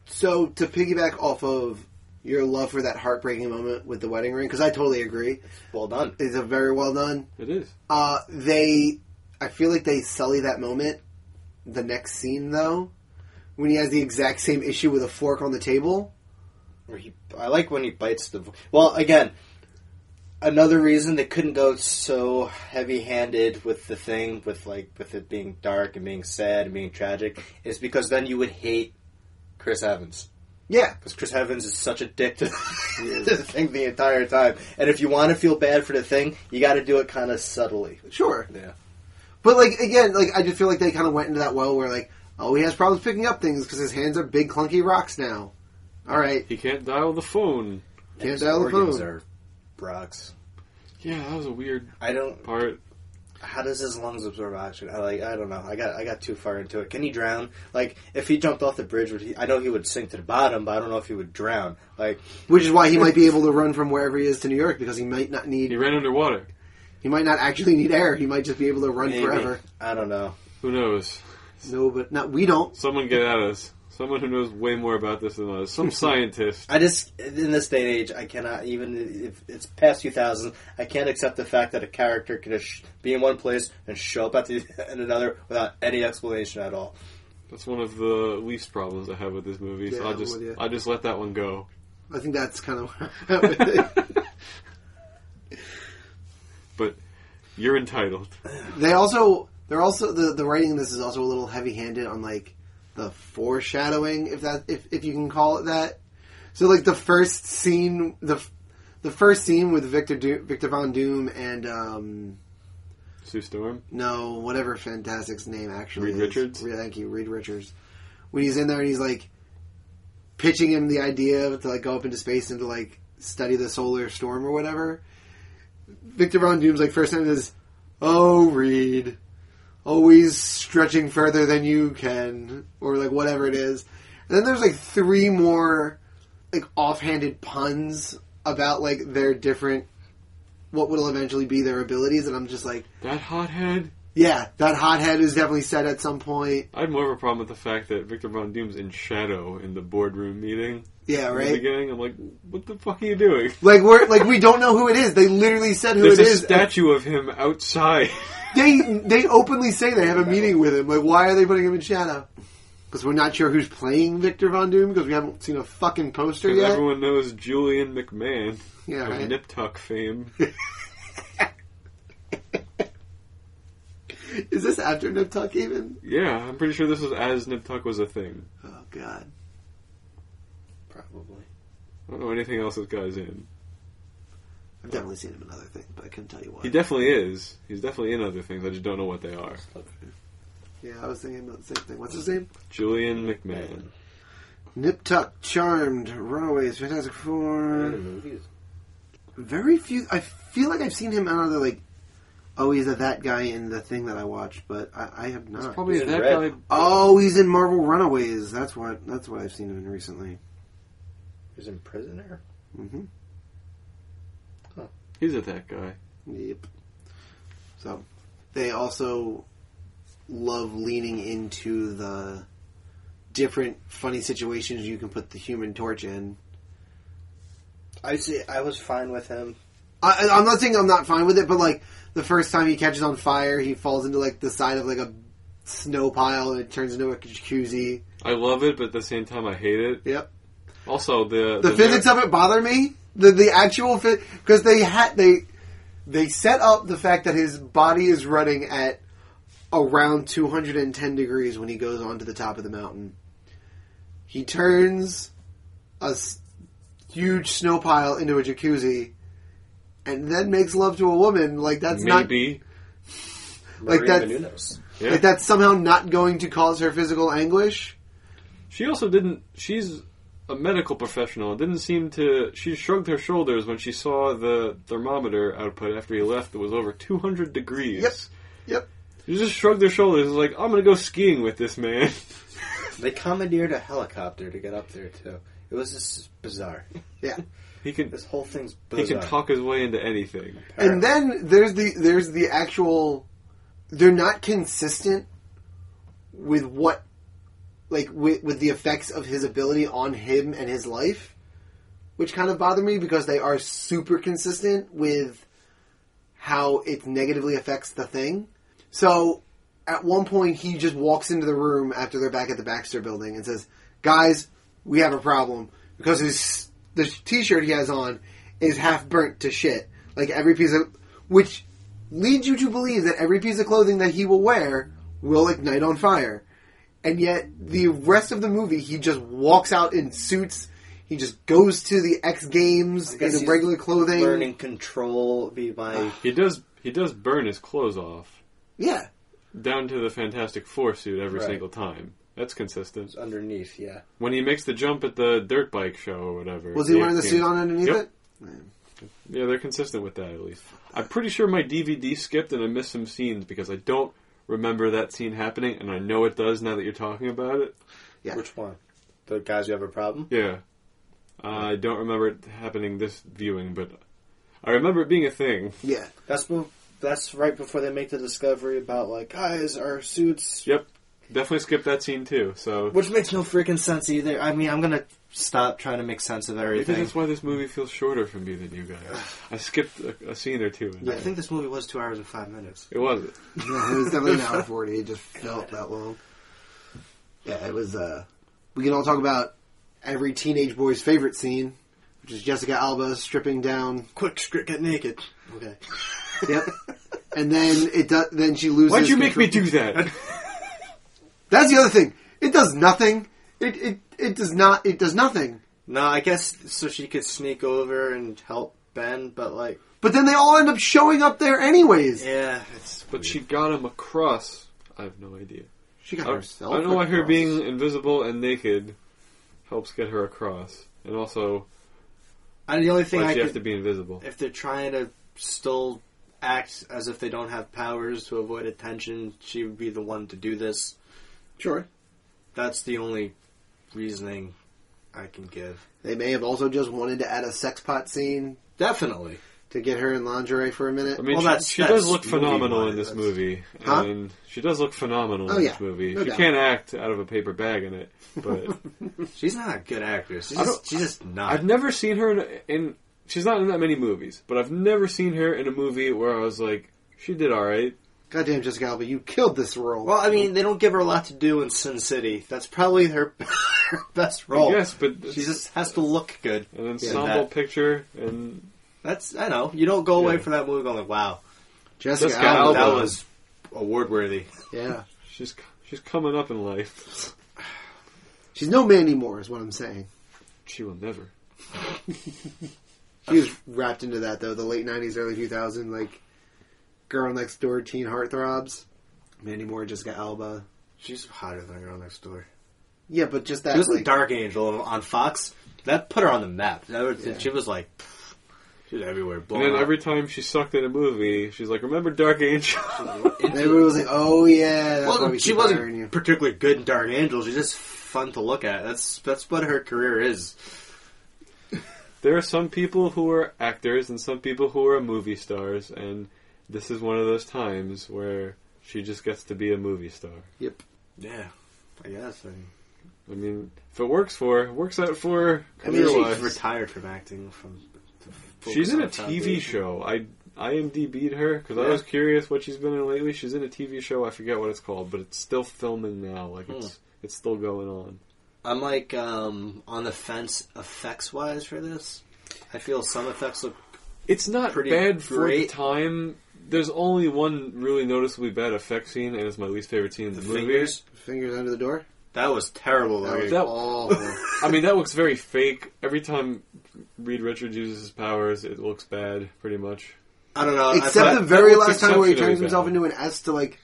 So to piggyback off of your love for that heartbreaking moment with the wedding ring, because I totally agree, Well done. is a very well done. It is. Uh, they, I feel like they sully that moment. The next scene though, when he has the exact same issue with a fork on the table. Or he- I like when he bites the. Well, again, another reason they couldn't go so heavy-handed with the thing, with like with it being dark and being sad and being tragic, is because then you would hate Chris Evans Yeah, because Chris Evans is such a dick to, to the thing the entire time. And if you want to feel bad for the thing, you got to do it kind of subtly. sure. Yeah. But like again, like I just feel like they kind of went into that well where like, oh, he has problems picking up things because his hands are big clunky rocks now. All right, He can't dial the phone. Can't dial the Organs phone. are rocks. Yeah, that was a weird I don't. part. How does his lungs absorb oxygen? I like. I don't know. I got. I got too far into it. Can he drown? Like, if he jumped off the bridge, would he? I know he would sink to the bottom, but I don't know if he would drown. Like, which is why he might be able to run from wherever he is to New York because he might not He need ran underwater. he might not actually need air. He might just be able to run maybe. forever. I don't know. Who knows? No, but not we don't. Someone get at us. Someone who knows way more about this than us. Some scientist. I just in this day and age, I cannot even if it's past two thousand. I can't accept the fact that a character can just sh- be in one place and show up at the, in another without any explanation at all. That's one of the least problems I have with this movie. Yeah, so I I'm just with you. I just let that one go. I think that's kind of but you're entitled. they also they're also the the writing in this is also a little heavy handed on like the foreshadowing if that if if you can call it that. So like the first scene the f- the first scene with Victor Do- Victor Von Doom and um Sue Storm. no whatever Fantastic's name actually Reed is. Richards? Re- thank you Reed Richards when he's in there and he's like pitching him the idea to like go up into space and to like study the solar storm or whatever. Victor Von Doom's like first sentence is, "Oh Reed, always stretching further than you can," or like whatever it is. And then there's like three more like offhanded puns about like their different what will eventually be their abilities, and I'm just like, That hothead. yeah, that hothead is definitely said at some point. I had more of a problem with the fact that Victor Von Doom's in shadow in the boardroom meeting. Yeah, In the right. beginning, I'm like, what the fuck are you doing? Like we're like we don't know who it is. They literally said who There's it a is. uh, statue of him outside. They they openly say they have a meeting with him. Like, why are they putting him in shadow? Because we're not sure who's playing Victor Von Doom. Because we haven't seen a fucking poster Because yet. everyone knows Julian McMahon yeah, of right. Nip Tuck fame. Is this after Nip Tuck even? yeah, I'm pretty sure this was as Nip Tuck was a thing. Oh god. Probably. I don't know anything else this guy's in. I've definitely seen him in other things, but I couldn't tell you what. He definitely is. He's definitely in other things. I just don't know what they are. yeah, I was thinking about the same thing. What's his name? Julian McMahon. Nip Tuck, Charmed, Runaways, Fantastic Mm. Four. movies. Very few. I feel like I've seen him in other like. Oh, he's a that guy in the thing that I watched, but I, I have not. It's probably He's that red. guy. Oh, he's in Marvel Runaways. That's what that's what I've seen him in recently. He's in Prisoner. hmm He's a that guy. Yep. So they also love leaning into the different funny situations you can put the Human Torch in. I see. I was fine with him I, I'm not saying I'm not fine with it, but like the first time he catches on fire, he falls into like the side of like a snow pile and it turns into a jacuzzi. I love it, but at the same time, I hate it. Yep. Also, the the physics of it bother me. The the actual because they had they they set up the fact that his body is running at around 210 degrees when he goes onto the top of the mountain. He turns a s- huge snow pile into a jacuzzi, and then makes love to a woman. Like that's maybe Like Maria that- Menounos. yeah. not like that's somehow not going to cause her physical anguish. She also didn't. She's a medical professional. and Didn't seem to. She shrugged her shoulders when she saw the thermometer output after he left that was over 200 degrees. Yep. Yep. She just shrugged her shoulders. and was like, I'm gonna go skiing with this man. They commandeered a helicopter to get up there too. It was just bizarre. He can. This whole thing's He bizarre. can talk his way into anything. And then there's the there's the actual they're not consistent with what like with, with the effects of his ability on him and his life, which kind of bother me because they are super consistent with how it negatively affects the thing. So at one point he just walks into the room after they're back at the Baxter building and says, "Guys, we have a problem because his the t-shirt he has on is half burnt to shit. Like every piece of which leads you to believe that every piece of clothing that he will wear will ignite on fire. And yet the rest of the movie he just walks out in suits. He just goes to the X Games guess in he's regular clothing. Ah. Learning control be my He does. He does burn his clothes off Yeah. down to the Fantastic Four suit every Right. single time. That's consistent. underneath. Yeah, When he makes the jump at the dirt bike show or whatever. Was he wearing the X suit Games- on underneath Yep. it? Yeah, they're consistent with that at least. I'm pretty sure my DVD skipped and I missed some scenes because I don't remember that scene happening, and I know it does now that you're talking about it. Yeah. which one? The guys who have a problem. Yeah, Uh, I don't remember it happening this viewing, but I remember it being a thing. Yeah. That's bef- that's right before they make the discovery about like guys our suits, Yep, definitely skipped that scene too. So which makes no freaking sense either. I mean, I'm gonna stop trying to make sense of maybe everything. that's why this movie feels shorter for me than you guys. I skipped a, a scene or two. In I there. think this movie was two hours and five minutes. it was. Yeah, it was definitely an hour forty. It just felt that long. Yeah, it was. uh We can all talk about every teenage boy's favorite scene, which is Jessica Alba stripping down. Quick, script, get naked. Okay. Yep. and then it does. Then she loses. Why'd you make me control- do that? That's the other thing. It does nothing. It it it does not. It does nothing. No, I guess so she could sneak over and help Ben, but like, But then they all end up showing up there anyways. yeah, it's but she got him across. I have no idea. She got I, herself. I don't know why her across. being invisible and naked helps get her across, and also I, the only thing why I she has could, to be invisible. if they're trying to still act as if they don't have powers to avoid attention, she would be the one to do this. sure. That's the only reasoning I can give. They may have also just wanted to add a sex pot scene Definitely. to get her in lingerie for a minute. I mean, Well, she, that's- she that's does look phenomenal in movie-wise, this that's- movie, Huh? and she does look phenomenal Oh, in yeah. this movie. No she doubt. can't act out of a paper bag in it, but She's not a good actress. She's I don't- just, she's just not. I've never seen her in, in. She's not in that many movies, but I've never seen her in a movie where I was like, she did all right. Goddamn, Jessica Alba, you killed this role. well, I mean, they don't give her a lot to do in Sin City. That's probably her, her best role. Yes, but She just has to look good. an ensemble that- picture, and That's I know. You don't go away Yeah. from that movie going like, "Wow, Jessica, Jessica Alba. Alba. that was award worthy." Yeah. she's she's coming up in life. She's no Mandy Moore, is what I'm saying. She will never. She was wrapped into that, though, the late 90s, early 2000s, like, girl next door, teen heartthrobs. Mandy Moore, Jessica Alba. She's hotter than Girl Next Door. Yeah, but just She that, was like, the Dark Angel on Fox. That put her on the map. That was, Yeah. She was like, she was everywhere. And Blowing then up. every time she sucked in a movie, she's like, "Remember Dark Angel?" everybody was like, oh, yeah, that's why Well, we she keep hiring wasn't you. particularly good in Dark Angel. She's just fun to look at. That's that's what her career is. there are some people who are actors and some people who are movie stars, and this is one of those times where she just gets to be a movie star. Yeah, I guess. I mean, I mean, if it works for her, it works out for her I mean, career she's wise. retired from acting from focus she's in on a Tom TV Brady. show. I IMDb'd her because I Yeah. was curious what she's been in lately. She's in a TV show. I forget what it's called, but it's still filming now. Like it's it's still going on. I'm like um, on the fence effects wise for this. I feel some effects look It's not Pretty bad for the great. time. There's only one really noticeably bad effect scene, and it's my least favorite scene in the, the movie. fingers. Fingers under the door. That was terrible. That looking. was That- awful. I mean, that looks very fake. Every time Reed Richards uses his powers, it looks bad, pretty much. I don't know. I Except thought- the very that looks last time where he exceptionally turns himself bad. into an S to like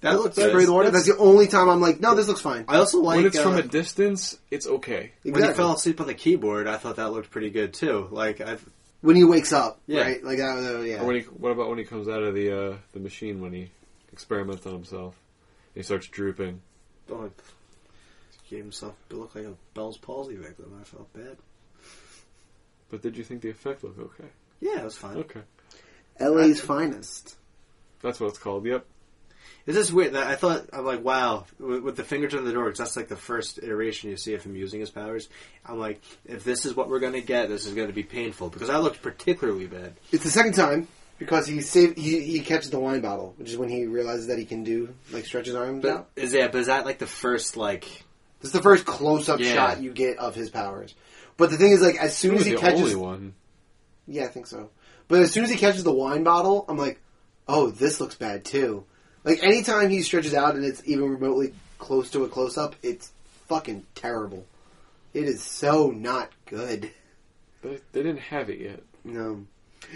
that looked spray the water. That's the only time I'm like, no, this looks fine. I also like when it's uh, from a distance, it's okay. when he Exactly. fell asleep on the keyboard. I thought that looked pretty good too. Like I, When he wakes up, Yeah. right? Like that. was, uh, yeah. Or when he, what about when he comes out of the uh, the machine when he experiments on himself? He starts drooping. oh, he gave himself it looked like a Bell's palsy victim. I felt bad. But did you think the effect looked okay? Yeah, it was fine. Okay, LA's finest. that's what it's called. Yep. It's just weird. That I thought I'm like, wow, with, with the fingers on the door, 'cause that's like the first iteration you see of him using his powers. I'm like, if this is what we're gonna get, this is gonna be painful because I looked particularly bad. It's the second time because he saved. He, he catches the wine bottle, which is when he realizes that he can do like stretch his arms out. But is that but is that like the first like? This is the first close up Yeah. shot you get of his powers. But the thing is, like, as It soon was as he the catches, only one. yeah, I think so. But as soon as he catches the wine bottle, I'm like, oh, this looks bad too. Like anytime he stretches out and it's even remotely close to a close up, it's fucking terrible. It is so not good. They, they didn't have it yet. No.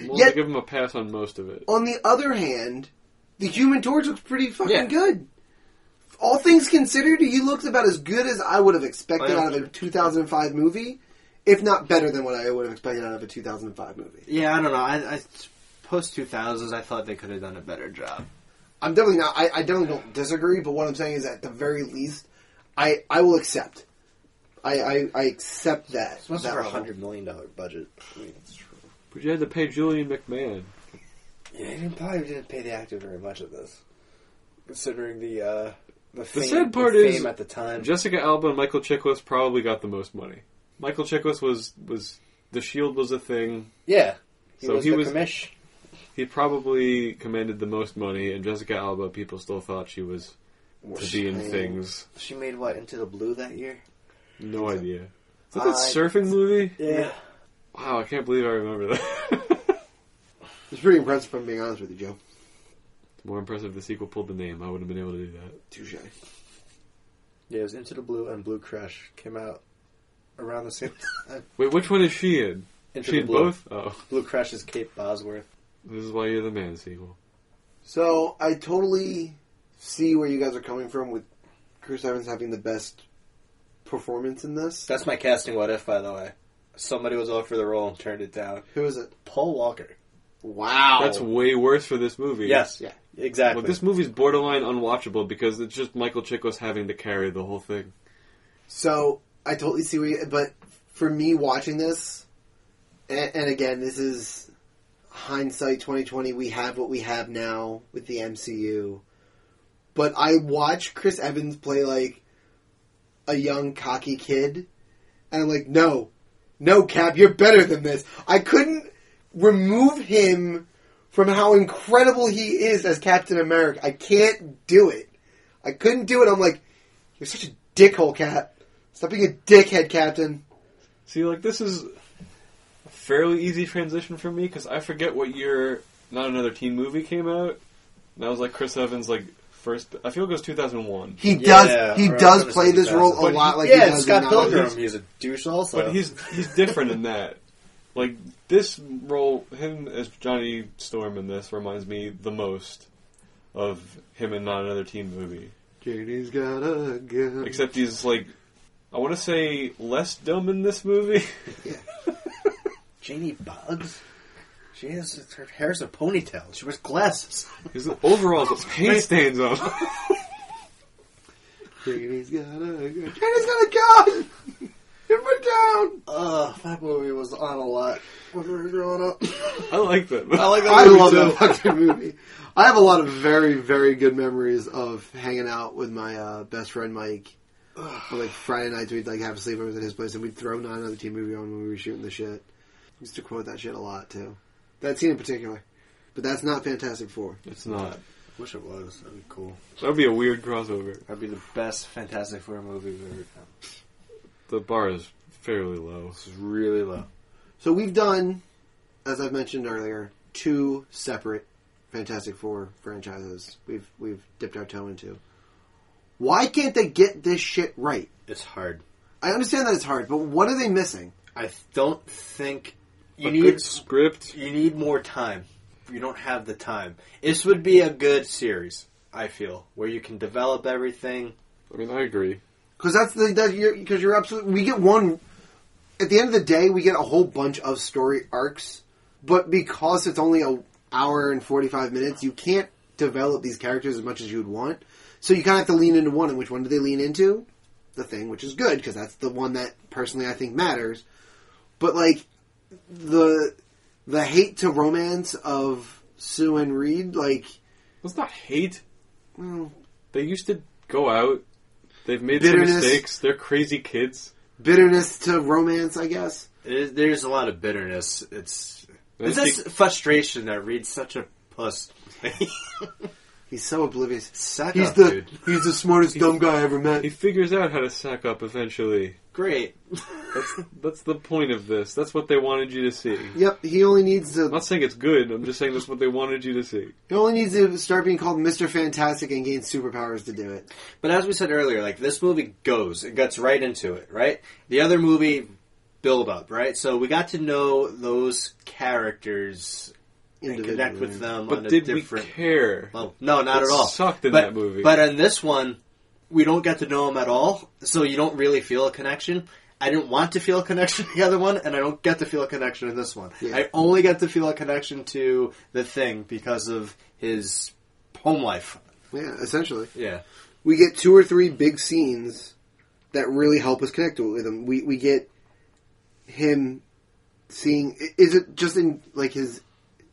Well, Yet- they give him a pass on most of it. On the other hand, the Human Torch looks pretty fucking Yeah. good. All things considered, he looks about as good as I would have expected Oh, yeah, out of sure. a 2005 movie, if not better than what I would have expected out of a 2005 movie. Yeah, I don't know. I, I post two thousands, I thought they could have done a better job. I'm definitely not. I, I definitely don't disagree, but what I'm saying is, at the very least, I I will accept. I I, I accept that. It's that for a level. hundred million dollar budget. I mean, it's true. But you had to pay Julian McMahon. Yeah, you probably didn't pay the actor very much of this, considering the uh, the, fame, sad part the is fame at the time. Jessica Alba and Michael Chiklis probably got the most money. Michael Chiklis was was the Shield was a thing. yeah, he So was he the was- commish. He probably commanded the most money, and Jessica Alba, people still thought she was to be in Shame. things. She made what Into the Blue that year. No idea. Is that Uh, that surfing movie? Yeah, Wow, I can't believe I remember that. It's pretty impressive, if I'm being honest with you, Joe. It's more impressive the sequel pulled the name. I wouldn't have been able to do that. Touche. yeah. It was Into the Blue and Blue Crush came out around the same time. Wait, which one is she in? Into she the in Blue. both? Oh, Blue Crush is Kate Bosworth. this is why you're the man sequel. So I totally see where you guys are coming from with Chris Evans having the best performance in this. That's my casting what if, by the way. Somebody was offered the role and turned it down. Who is it? Paul Walker. Wow. That's way worse for this movie. Yes, Yeah. exactly. Well, this movie's borderline unwatchable because it's just Michael Chiklis having to carry the whole thing. So I totally see where you, but for me watching this, and, and again, this is hindsight 2020. We have what we have now with the MCU, but I watch Chris Evans play like a young cocky kid, and I'm like, no, no, Cap, you're better than this. I couldn't remove him from how incredible he is as Captain America. I can't do it. I couldn't do it. I'm like, you're such a dickhole, Cap. Stop being a dickhead, Captain. See, like this is a fairly easy transition for me because I forget what year not another teen movie came out, and I was like Chris Evans like first. I feel it was two thousand one. He Yeah, does. He or I does could've play said this that. role a But lot like he yeah, does and in Scott Novel. Pilgrim. He's a douche also. But he's he's different in that. Like this role, him as Johnny Storm in this reminds me the most of him in not another teen movie. Janie's got a gun. Except he's like, I want to say less dumb in this movie. Janie Bugs. She has her hair's a ponytail. She wears glasses. His overalls with paint stains on. Janie's got a gun. Janie's got a gun. Get her down. Ugh, Uh, that movie was on a lot when we were growing up. I like that. I like that I movie love too. that fucking movie. I have a lot of very, very good memories of hanging out with my uh, best friend Mike. On, like Friday nights, we'd like have sleepovers at his place, and we'd throw nine other team movie on when we were shooting the shit. used to quote that shit a lot too. That scene in particular. But that's not Fantastic Four. It's not. Wish it was. That'd be cool. That would be a weird crossover. That'd be the best Fantastic Four movie we've ever done. The bar is fairly low. This is really low. So we've done, as I've mentioned earlier, two separate Fantastic Four franchises. We've we've dipped our toe into. Why can't they get this shit right? It's hard. I understand that it's hard, but what are they missing? I don't think you a need good script. you need more time. You don't have the time. This would be a good series, I feel, where you can develop everything. I mean, I agree. Because that's the that you're because you're absolutely. We get one. At the end of the day, we get a whole bunch of story arcs, but because it's only a hour and forty five minutes, you can't develop these characters as much as you'd want. So you kind of have to lean into one. And which one do they lean into? The thing, which is good because that's the one that personally I think matters. But like the the hate to romance of Sue and Reed, like Let's not hate. well, They used to go out. They've made Bitterness. some mistakes. They're crazy kids. bitterness to romance, I guess. It is- There's a lot of bitterness. It's I it's think- this frustration that Reed's such a puss. He's so oblivious. Suck He's up, the dude. he's the smartest dumb guy I ever met. He figures out how to sack up eventually. Great. That's that's the point of this. That's what they wanted you to see. I'm Yep, he only needs to not saying it's good. I'm just saying that's what they wanted you to see. he only needs to start being called Mister Fantastic and gain superpowers to do it. But as we said earlier, like this movie goes, it gets right into it, right? The other movie build up, right? So we got to know those characters and connect Individually. with them on But a did we different care? Well, no, not It at all. sucked in but, that movie. But in this one, we don't get to know him at all, so you don't really feel a connection. I didn't want to feel a connection to the other one, and I don't get to feel a connection in this one. Yeah. I only get to feel a connection to the thing because of his home life. Yeah, essentially, Yeah. we get two or three big scenes that really help us connect with him. We we get him seeing. i- Is it just in like his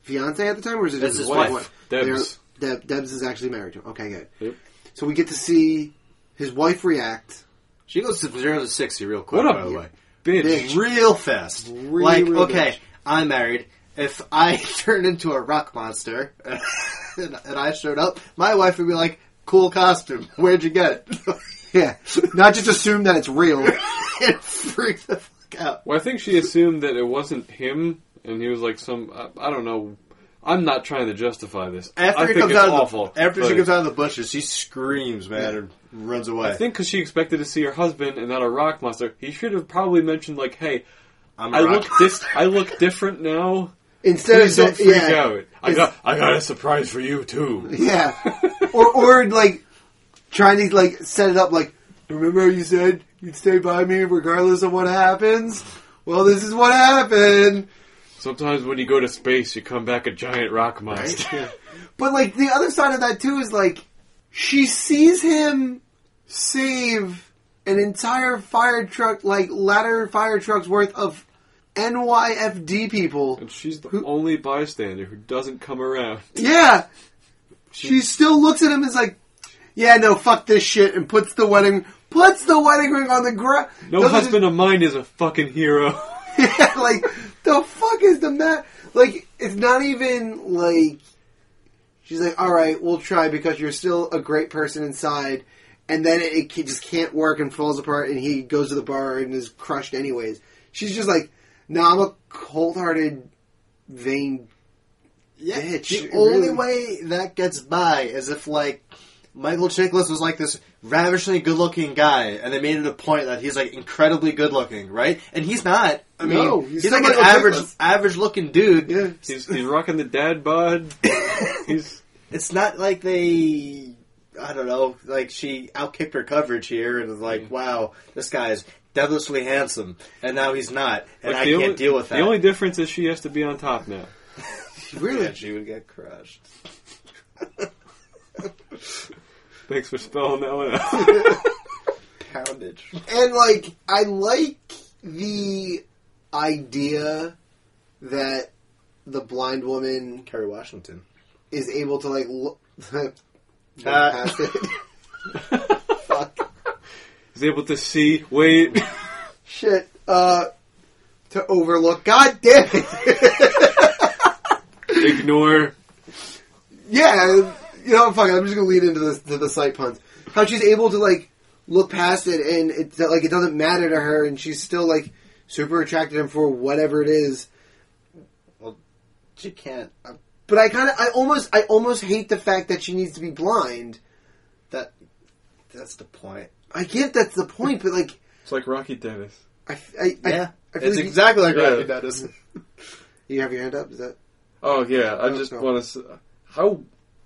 fiance at the time, or is it That's just his wife? wife, Debs. They're- Deb, Debs is actually married to him. Okay, good. Yep. So we get to see his wife react. She goes from zero to sixty real quick. What a- by the way, Bitch. Bitch. real fast. Really, like, real okay, fast. I'm married. If I turned into a rock monster and, and I showed up, my wife would be like, "Cool costume. Where'd you get it?" Yeah, not just assume that it's real. it freaked the fuck out. Well, I think she assumed that it wasn't him, and he was like some. I, I don't know. I'm not trying to justify this. After I he think comes it's out of awful. the after she but comes out of the bushes, she screams, man, and runs away. I think because she expected to see her husband and not a rock monster, he should have probably mentioned like, "Hey, I'm a I rock. look dis- I look different now. Instead Please don't of freak yeah, out. I got I got a surprise for you too." Yeah. or or like trying to like set it up like remember how you said you'd stay by me regardless of what happens? Well this is what happened. Sometimes when you go to space, you come back a giant rock monster. But like the other side of that too is like she sees him save an entire fire truck like ladder fire trucks worth of NYFD people. And she's the Who- only bystander who doesn't come around. Yeah. She still looks at him and is like, yeah, no, fuck this shit, and puts the wedding puts the wedding ring on the ground. No husband of mine is a fucking hero. yeah, like the fuck is the mat? Like it's not even like she's like, all right, we'll try because you're still a great person inside. And then it, it just can't work and falls apart, and he goes to the bar and is crushed anyways. She's just like, no, I'm a cold-hearted, vain. Yeah, Bitch, the it only really- way that gets by is if like Michael Chiklis was like this ravishingly good-looking guy, and they made it a point that he's like incredibly good-looking, right? And he's not. I mean, No, he's, he's like not an Michael average, Chiklis. average-looking dude. Yeah. He's, he's rocking the dad bod. He's It's not like they. I don't know. Like she outkicked her coverage here, and was like, "Wow, this guy's devilishly handsome," and now he's not, and like, I the can't only- deal with that. The only difference is she has to be on top now. really, she would get crushed. Thanks for spelling that one out. Poundage. And like I like the idea that the blind woman Kerry Washington. is able to like look Uh, past it. Fuck He's able to see. Wait, shit. Uh to overlook. God damn it! Ignore. yeah, you know, fuck it. I'm just gonna lead into this to the sight puns. How she's able to like look past it and it like it doesn't matter to her, and she's still like super attracted to him for whatever it is. She can't. Uh, But I kind of, I almost, I almost hate the fact that she needs to be blind. that that's the point. I get that's the point, but like, It's like Rocky Dennis. I, I, I- Yeah, I feel it's like exactly like Yeah. Rocky Dennis. you, you have your hand up. Is that Oh yeah, I Oh, just no. want to. How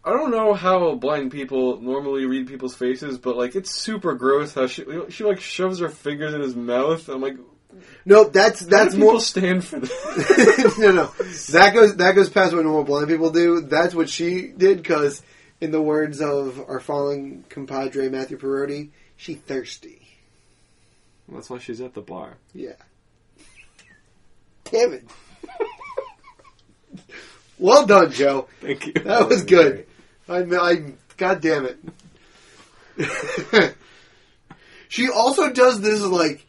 I don't know how blind people normally read people's faces, but like it's super gross how she she like shoves her fingers in his mouth. I'm like, no? That's that's that's people more. stand for that. no, no, that goes that goes past what normal blind people do. That's what she did because, in the words of our fallen compadre Matthew Perotti, she thirsty. That's why she's at the bar. Yeah. Damn it. well done, Joe. Thank you. That was good. I'm, I'm, God damn it. she also does this like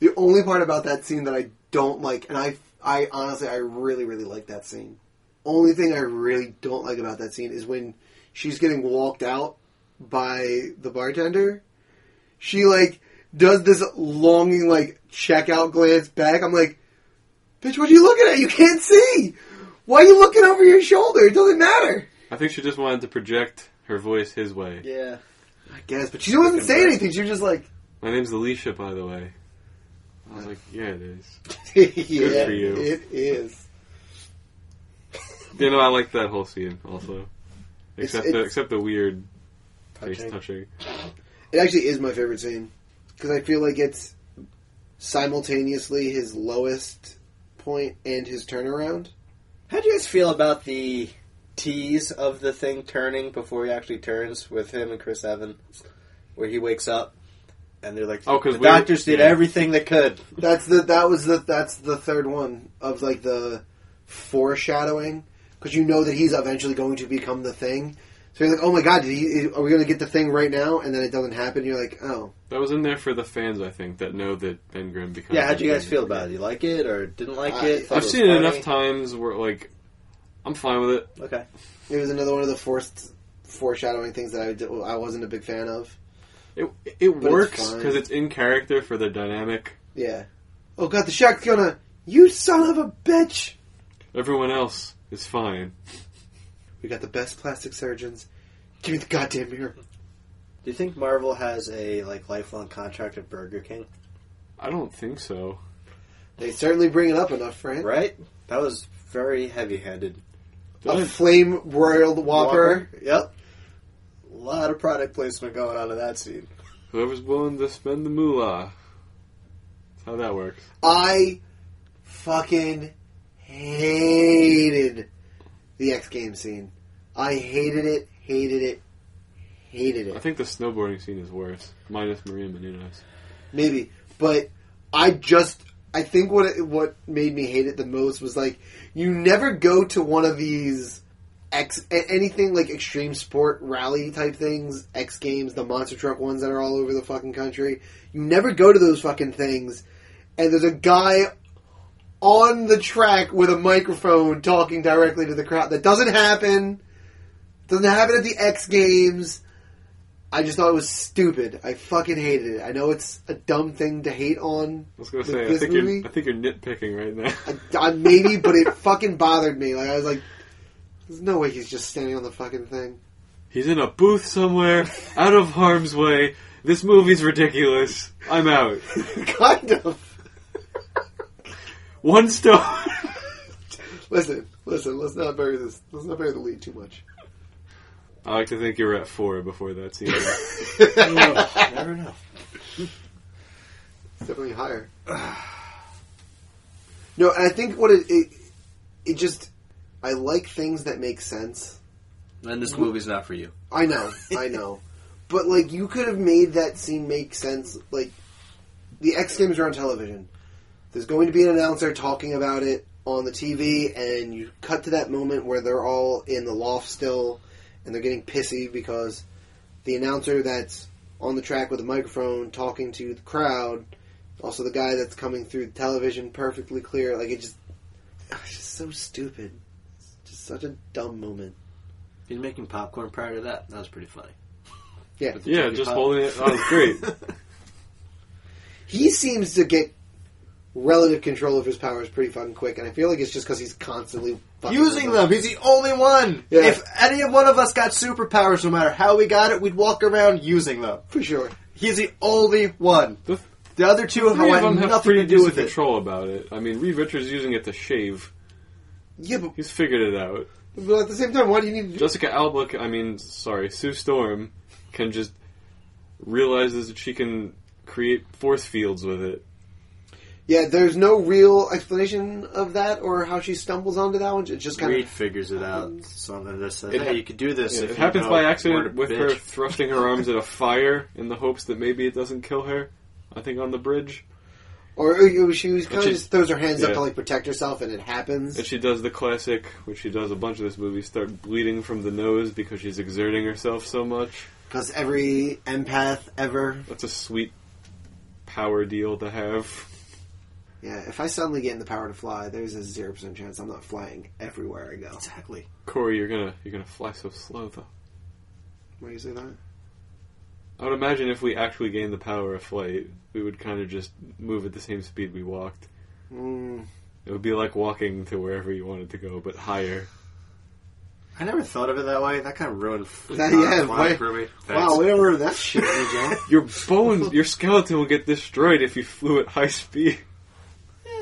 the only part about that scene that I don't like, and I, I honestly, I really, really like that scene. Only thing I really don't like about that scene is when she's getting walked out by the bartender. She like does this longing like checkout glance back. I'm like, bitch, what are you looking at? You can't see. Why are you looking over your shoulder? It doesn't matter. I think she just wanted to project her voice his way. Yeah, I guess, but she wasn't saying anything. She was just like, My name's Alicia, by the way. I was like, yeah, it is. yeah, for you. it is. You know, I like that whole scene also. It's- Except the it's- except the weird face Touching. touching. It actually is my favorite scene because I feel like it's simultaneously his lowest point and his turnaround. How do you guys feel about the tease of the thing turning before he actually turns with him and Chris Evans, where he wakes up and they're like, Oh, 'cause the we're- doctors did yeah. everything they could." That's the that was the that's the third one of like the foreshadowing because you know that he's eventually going to become the thing. So you're like, oh my god, did he, are we going to get the thing right now? And then it doesn't happen. You're like, oh, That was in there for the fans, I think, that know that Ben Grimm becomes. Yeah, how do you guys Benjamin. feel about it? You like it or didn't like I- it? Thought I've was seen it funny? enough times where like I'm fine with it. Okay, it was another one of the forced foreshadowing things that I d- I wasn't a big fan of. It it it's works fine. because it's in character for the dynamic. Yeah. Oh god, the shark's gonna. You son of a bitch! Everyone else is fine. We got the best plastic surgeons. Give me the goddamn mirror. do you think Marvel has a like lifelong contract with Burger King? I don't think so. They certainly bring it up enough, Frank. Right? That was very heavy-handed. Did A I- flame broiled whopper. Yep. A lot of product placement going on in that scene. Whoever's willing to spend the moolah. That's how that works. I fucking hated the X game scene. I hated it, hated it, hated I it. think the snowboarding scene is worse, minus Maria Menounos. Maybe, but I just I think what it, what made me hate it the most was like you never go to one of these X a- anything like extreme sport rally type things, X Games, the monster truck ones that are all over the fucking country. You never go to those fucking things, and there's a guy on the track with a microphone talking directly to the crowd. That doesn't happen. Doesn't happen at the X Games. I just thought it was stupid. I fucking hated it. I know it's a dumb thing to hate on, I was gonna With say, I this think movie? you're I think you're nitpicking right now. I, I, maybe, but it fucking bothered me. Like I was like, "There's no way he's just standing on the fucking thing." He's in a booth somewhere, out of harm's way. This movie's ridiculous. I'm out. kind of. One star. Listen, listen. Let's not bury this. Let's not bury the lead too much. I like to think you're at four before that scene. Oh, Never know. It's definitely higher. no, and I think what it, it it just I like things that make sense. And this movie's not for you. I know, I know, but like you could have made that scene make sense. Like the X Games are on television. There's going to be an announcer talking about it on the TV, and you cut to that moment where they're all in the loft still, and they're getting pissy because the announcer that's on the track with a microphone talking to the crowd Also, the guy that's coming through the television perfectly clear. Like it just, it's just so stupid. It's just such a dumb moment. He's making popcorn prior to that. That was pretty funny. Yeah. With the Yeah, turkey just pop. holding it. That was great. He seems to get relative control of his powers pretty fucking quick, and I feel like it's just because he's constantly fucking Using them. He's the only one. Yeah. If any of one of us got superpowers, no matter how we got it, we'd walk around using them. for sure. He's the only one. The The other two have three of them had have nothing pretty to do decent with it. control about it. I mean, Reed Richards is using it to shave. Yeah, but, He's figured it out. but at the same time, why do you need? to do- Jessica Alba, c- I mean, sorry, Sue Storm can just realizes that she can create force fields with it. Yeah, there's no real explanation of that or how she stumbles onto that one. It just kind Reed of figures it out. Something that says, It ha- "Hey, you could do this." it if you happens know by the accident word with her bitch. thrusting her arms at a fire in the hopes that maybe it doesn't kill her. I think on the bridge, or or she was kind of she- just throws her hands up yeah. to like protect herself, and it happens. and she does the classic, which she does a bunch of this movie, start bleeding from the nose because she's exerting herself so much. Because every empath ever, That's a sweet power deal to have. yeah. If I suddenly gain the power to fly, there's a zero percent chance I'm not flying everywhere I go. Exactly. Corey, you're gonna you're gonna fly so slow though. Why do you say that? I would imagine if we actually gained the power of flight, we would kind of just move at the same speed we walked. Mm, It would be like walking to wherever you wanted to go, but higher. I never thought of it that way. That kind of ruined That- uh, yeah, flying wait. for me. wow, Thanks. we don't remember that shit, eh, Joe. Your bones, your skeleton will get destroyed if you flew at high speed.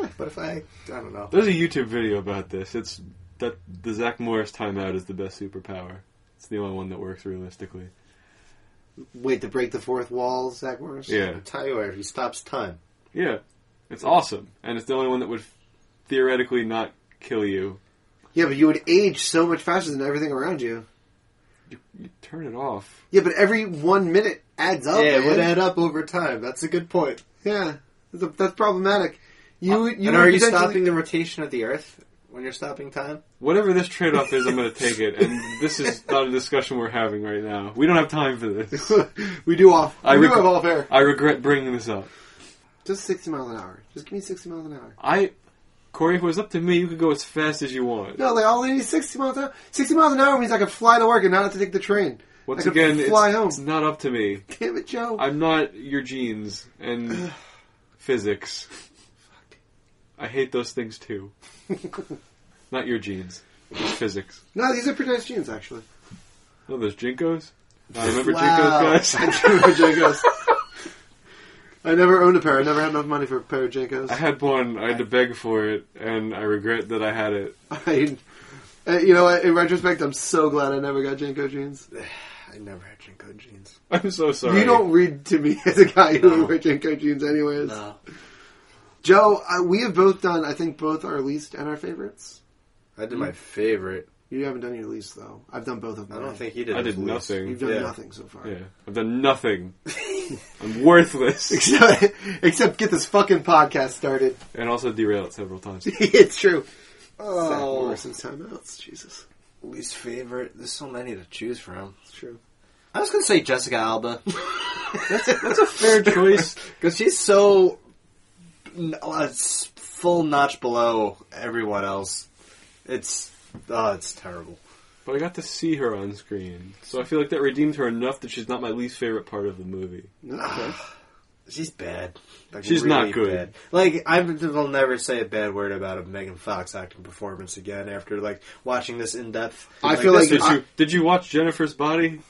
Yeah, but if I, I don't know. There's a YouTube video about this. It's that the Zach Morris timeout is the best superpower. It's the only one that works realistically. Wait, to break the fourth wall, Zach Morris? Yeah, Tell you where he stops time. yeah, it's awesome, and it's the only one that would theoretically not kill you. Yeah, but you would age so much faster than everything around you. You, you turn it off. Yeah, but every one minute adds up. yeah, it would man. add up over time. That's a good point. Yeah, that's, that's problematic. You, would- you Uh, and would are you potentially- stopping the rotation of the Earth when you're stopping time? Whatever this trade-off is, I'm going to take it. And this is not a discussion we're having right now. We don't have time for this. we do off. I we do reg- have off air. I regret bringing this up. Just sixty miles an hour. Just give me sixty miles an hour. I, Corey, if it was up to me, you could go as fast as you want. No, like all I need is sixty miles an hour. Sixty miles an hour means I can fly to work and not have to take the train. I Once could again, it's, fly home. it's not up to me. Damn it, Joe. I'm not your genes and physics. I hate those things too. not your genes, just physics. no, these are pretty nice jeans, actually. Oh, those Jinkos. I remember Wow. Jinkos, I guys. do remember Jenkos. I never owned a pair. I never had enough money for a pair of Jenkos. I had one. I had to beg for it, and I regret that I had it. I, uh, you know, what, in retrospect, I'm so glad I never got Jenko jeans. I never had Jinko jeans. I'm so sorry. You don't read to me as a guy who No. would wear Jenko jeans, anyways. Joe, uh, we have both done, I think, both our least and our favorites. I did my favorite. You haven't done your least though. I've done both of I mine. don't think he did. I his did least. nothing. you've done Yeah. nothing so far. Yeah, I've done nothing. I'm worthless, Except, except get this fucking podcast started. and also derail it several times. it's true. Zach Oh, Morrison's timeouts. Jesus, least favorite. There's so many to choose from. it's true. I was gonna say Jessica Alba That's a fair choice. because she's so n- uh, s- full notch below everyone else. It's oh, it's terrible. But I got to see her on screen, so I feel like that redeemed her enough that she's not my least favorite part of the movie. Okay. She's bad. Like, She's not good. Bad. Like I will never say a bad word about a Megan Fox acting performance again after like watching this in depth. I feel like did, this is- I- you, did you watch Jennifer's Body?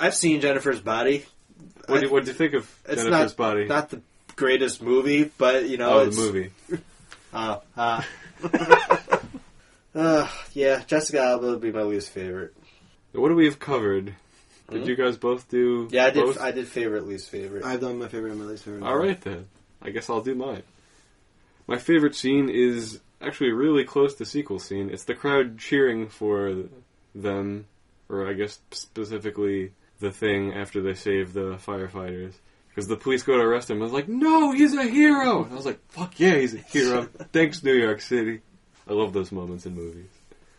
I've seen Jennifer's Body. What did you think of It's Jennifer's not Body? not the greatest movie, but you know oh, it's, the movie. Uh, uh. uh, yeah, Jessica Alba would be my least favorite. What do we have covered? Did Hmm? you guys both do? Yeah, I did. both? I did favorite least favorite. I've done my favorite and my least favorite. All right then. I guess I'll do mine. My favorite scene is actually really close to sequel scene. It's the crowd cheering for them, or I guess specifically the thing after they save the firefighters. Because the police go to arrest him. I was like, no, he's a hero! And I was like, fuck yeah, he's a hero. Thanks, New York City. I love those moments in movies.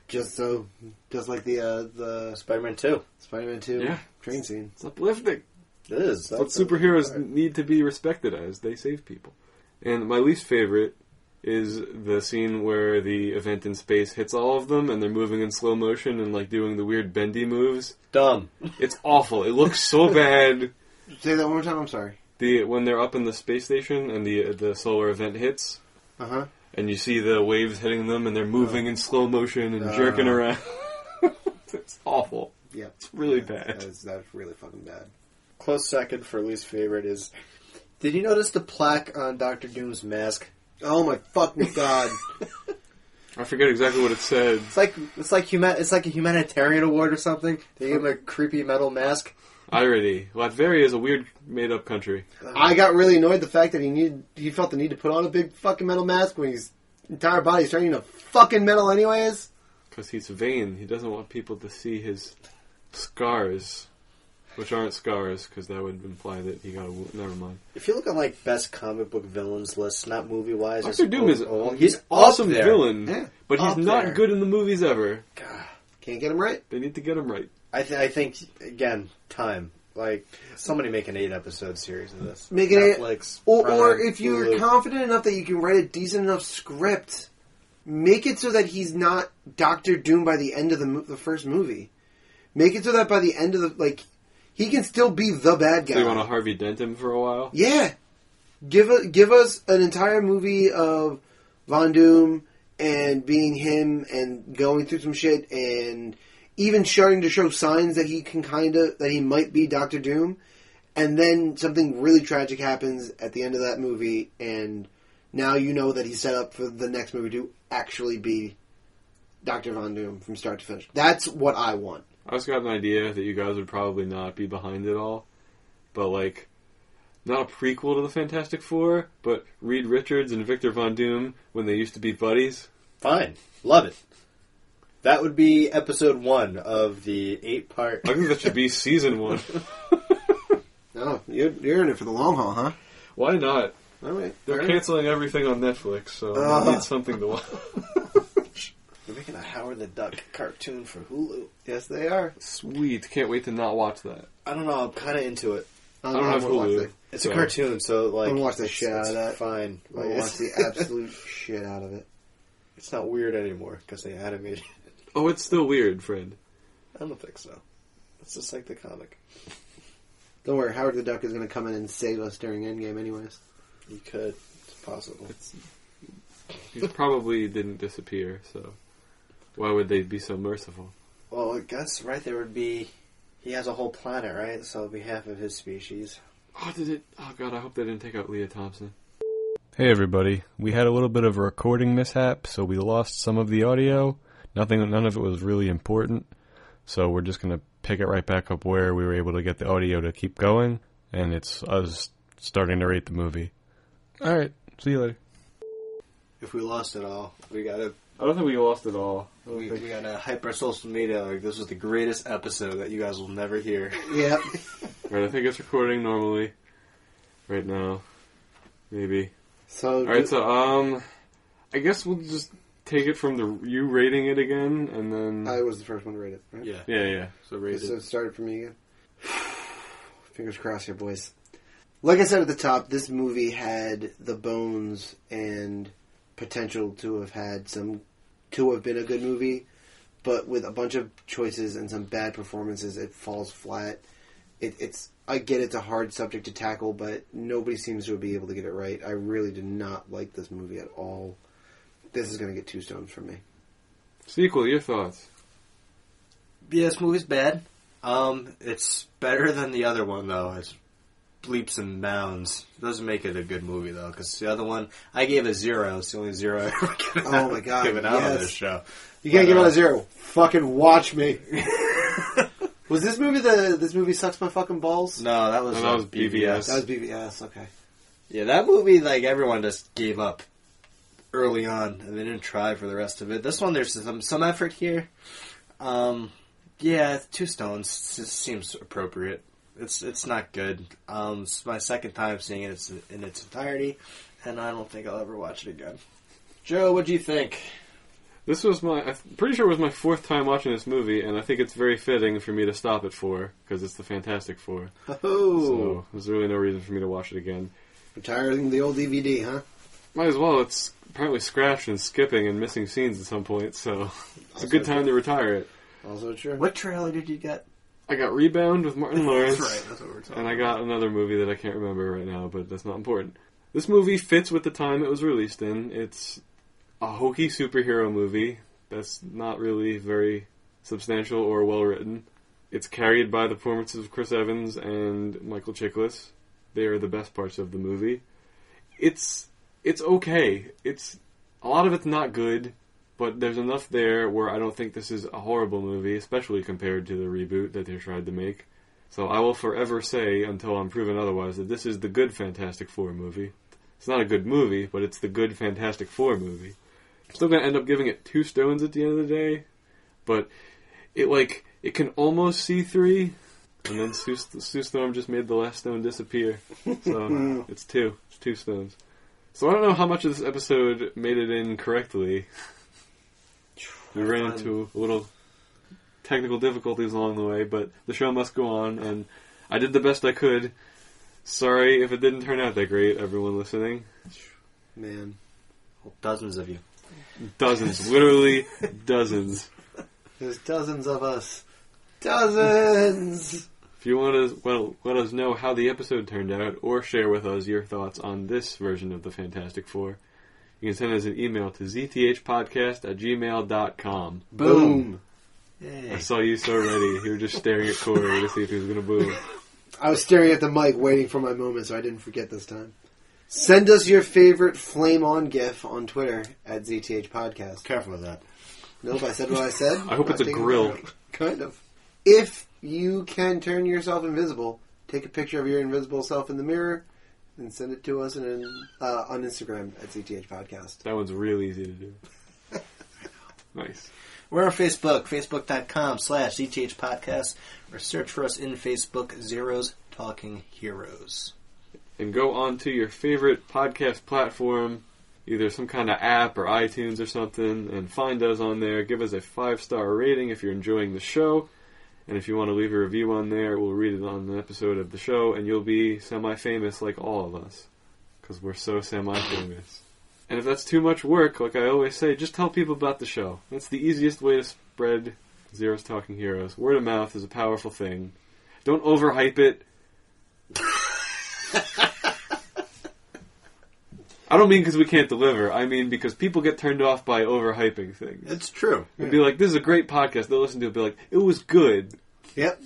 Just so, just like the uh, the Spider Man Two. Spider-Man Two Yeah. train scene. It's uplifting. It is. what superheroes need to be respected as. They save people. And my least favorite is the scene where the event in space hits all of them and they're moving in slow motion and like doing the weird bendy moves. dumb. It's awful. It looks so bad. Say that one more time. I'm sorry. The when they're up in the space station and the the solar event hits Uh huh. and you see the waves hitting them and they're moving in slow motion and jerking around. it's awful. Yeah. It's really That bad. was, that was really fucking bad. Close second for least favorite is. Did you notice the plaque on Doctor Doom's mask? Oh my fucking god. I forget exactly what it said. It's like it's like human it's like a humanitarian award or something. They gave him a creepy metal mask. Irony. Latveria is a weird made up country. I got really annoyed the fact that he needed he felt the need to put on a big fucking metal mask when his entire body's turning to fucking metal anyways. Because he's vain. He doesn't want people to see his scars, which aren't scars, because that would imply that he got a wo- Never mind. If you look on like best comic book villains list, not movie wise, Doctor Doom is oh, an he's awesome up there. villain, Yeah, but he's up not there. good in the movies ever. God. Can't get him right. They need to get him right. I th- I think again time like somebody make an eight episode series of this. Make it- Netflix Or, Prime, or if you're Hulu. confident enough that you can write a decent enough script, make it so that he's not Doctor Doom by the end of the mo- the first movie. Make it so that by the end of the like, he can still be the bad guy. So you want to Harvey Dent him for a while? Yeah, give us give us an entire movie of Von Doom and being him and going through some shit and even starting to show signs that he can kind of that he might be Doctor Doom, and then something really tragic happens at the end of that movie, and now you know that he's set up for the next movie to actually be Doctor Von Doom from start to finish. That's what I want. I just got an idea that you guys would probably not be behind it all, but like, not a prequel to the Fantastic Four, but Reed Richards and Victor Von Doom when they used to be buddies. Fine, love it. That would be episode one of the eight part. I think that should be season one. No, you're, you're in it for the long haul, huh? Why not? All right. They're All right. canceling everything on Netflix, so Ugh. I need something to watch. We're making a Howard the Duck cartoon for Hulu. Yes, they are. Sweet, can't wait to not watch that. I don't know. I'm kind of into it. I don't have know what Hulu. they- It's so- a cartoon, so like I'm gonna watch the shit it's out of that. Fine, I Like, watch it's, the absolute shit out of it. it's not weird anymore because they animated. it. Oh, it's still weird, Fred. I don't think so. It's just like the comic. Don't worry, Howard the Duck is going to come in and save us during Endgame, anyways. You could. It's possible. He probably didn't disappear, so why would they be so merciful? Well, I guess right there would be. He has a whole planet, right? So it'd be half of his species. Oh, did it? Oh God, I hope they didn't take out Leah Thompson. Hey everybody, we had a little bit of a recording mishap, so we lost some of the audio. Nothing, none of it was really important, so we're just gonna pick it right back up where we were able to get the audio to keep going, and it's us starting to rate the movie. All right, see you later. If we lost it all, we gotta I don't think we lost it all. we, we gotta hype our social media. Like this was the greatest episode that you guys will never hear. Yep. Right, I think it's recording normally. Right now. Maybe. So, Alright, so, um, I guess we'll just take it from the you rating it again, and then. I was the first one to rate it. Right? Yeah. yeah, yeah. So rate So it. it started for me again. Fingers crossed here, boys. Like I said at the top, this movie had the bones and potential to have had some, to have been a good movie, but with a bunch of choices and some bad performances, it falls flat. It, it's I get it's a hard subject to tackle, but nobody seems to be able to get it right. I really did not like this movie at all. This is going to get two stones from me. Sequel, your thoughts? Yeah, this movie's bad. Um, it's better than the other one though. It's bleeps and bounds. doesn't make it a good movie though, because the other one I gave a zero. It's the only zero I ever given Oh, out- my God, given out on yes. this show. You can't But, give uh, out a zero. Fucking watch me. was this movie the this movie sucks my fucking balls? No, that was No, that uh, was BVS. That was BBS. Okay. Yeah, that movie, like everyone just gave up early on, and they didn't try for the rest of it. This one, there's some some effort here. Um, yeah, two stones s- s- seems appropriate. It's it's not good. Um, it's my second time seeing it it's in its entirety, and I don't think I'll ever watch it again. Joe, what do you think? This was my, I'm pretty sure it was my fourth time watching this movie, and I think it's very fitting for me to stop at four, because it's the Fantastic Four. Oh, So there's really no reason for me to watch it again. Retiring the old DVD, huh? Might as well, it's apparently scratched and skipping and missing scenes at some point, so it's a good Also time to retire it. Also true. what trailer did you get? I got Rebound with Martin Lawrence. That's what we're talking. And I got another movie that I can't remember right now, but that's not important. This movie fits with the time it was released in. It's a hokey superhero movie that's not really very substantial or well written. It's carried by the performances of Chris Evans and Michael Chiklis. They are the best parts of the movie. It's it's okay. It's a lot of it's not good, but there's enough there where I don't think this is a horrible movie, especially compared to the reboot that they tried to make. So I will forever say, until I'm proven otherwise, that this is the good Fantastic Four movie. It's not a good movie, but it's the good Fantastic Four movie. I'm still gonna end up giving it two stones at the end of the day, but it like it can almost see three, and then Sue, Sue Storm just made the last stone disappear. So it's two, it's two stones. So I don't know how much of this episode made it in correctly. We ran into a little technical difficulties along the way, but the show must go on, and I did the best I could. Sorry if it didn't turn out that great, everyone listening. Man. Dozens of you. Dozens, literally dozens. There's dozens of us. Dozens! If you want to well, let us know how the episode turned out or share with us your thoughts on this version of the Fantastic Four, you can send us an email to zthpodcast at gmail.com. Boom. I Yay. saw you so ready. You were just staring at Corey to see if he was going to boo. I was staring at the mic waiting for my moment so I didn't forget this time. Send us your favorite flame on gif on Twitter at ZTH Podcast. Careful with that. Nope, I said what I said. I hope it's a Not taking grill. it out. Kind of. If you can turn yourself invisible, take a picture of your invisible self in the mirror and send it to us in an, uh, on Instagram at ZTH Podcast. That one's real easy to do. Nice. We're on Facebook, facebook.com slash ZTH Podcast, or search for us in Facebook, Zeros Talking Heroes. and go on to your favorite podcast platform, either some kind of app or iTunes or something, and find us on there. Give us a five star rating if you're enjoying the show. And if you want to leave a review on there, we'll read it on an episode of the show, and you'll be semi famous like all of us. Because we're so semi famous. And if that's too much work, like I always say, just tell people about the show. That's the easiest way to spread Zero's Talking Heroes. Word of mouth is a powerful thing. Don't overhype it. I don't mean because we can't deliver. I mean because people get turned off by overhyping things. It's true. They'll be like, "This is a great podcast." They'll listen to it, and be like, "It was good." Yep.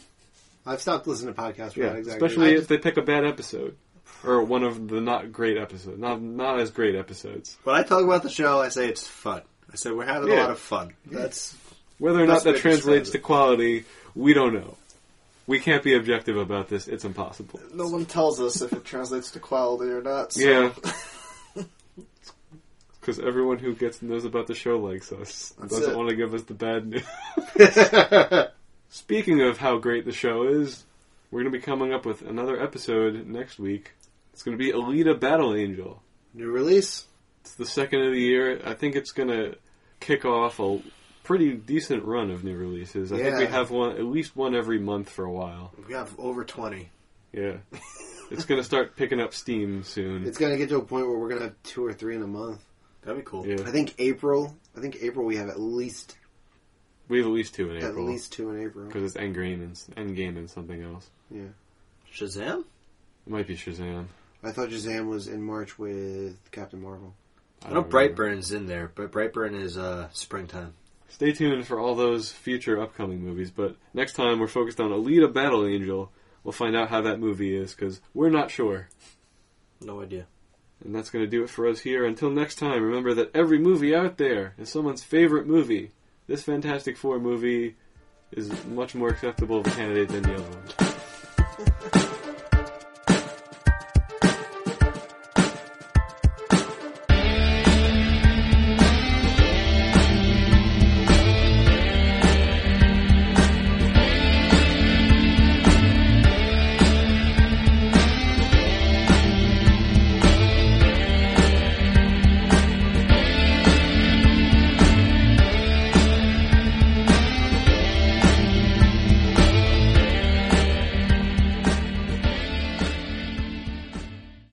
I've stopped listening to podcasts for Yeah, that exact especially reason. if they pick a bad episode or one of the not great episodes, not not as great episodes. When I talk about the show, I say it's fun. I said we're having Yeah. a lot of fun. That's Whether or not Best that way to describe translates it. to quality, we don't know. We can't be objective about this. It's impossible. No one tells us if it translates to quality or not. So Yeah. Because everyone who gets knows about the show likes us. doesn't it. want to give us the bad news. Speaking of how great the show is, we're going to be coming up with another episode next week. It's going to be Alita Battle Angel. New release. It's the second of the year. I think it's going to kick off a pretty decent run of new releases. I think we Yeah. have one at least one every month for a while. we have over twenty. Yeah. it's going to start picking up steam soon. It's going to get to a point where we're going to have two or three in a month. That'd be cool. yeah. I think April. I think April we have at least We have at least two in April. at least two in April. Because it's Endgame and Endgame and something else. Yeah. Shazam? It might be Shazam. I thought Shazam was in March with Captain Marvel. I know don't remember. Brightburn's in there, but Brightburn is uh, springtime. Stay tuned for all those future upcoming movies. But next time we're focused on Alita: Battle Angel. We'll find out how that movie is because we're not sure. No idea. And that's going to do it for us here. Until next time, remember that every movie out there is someone's favorite movie. This Fantastic Four movie is much more acceptable of a candidate than the other one.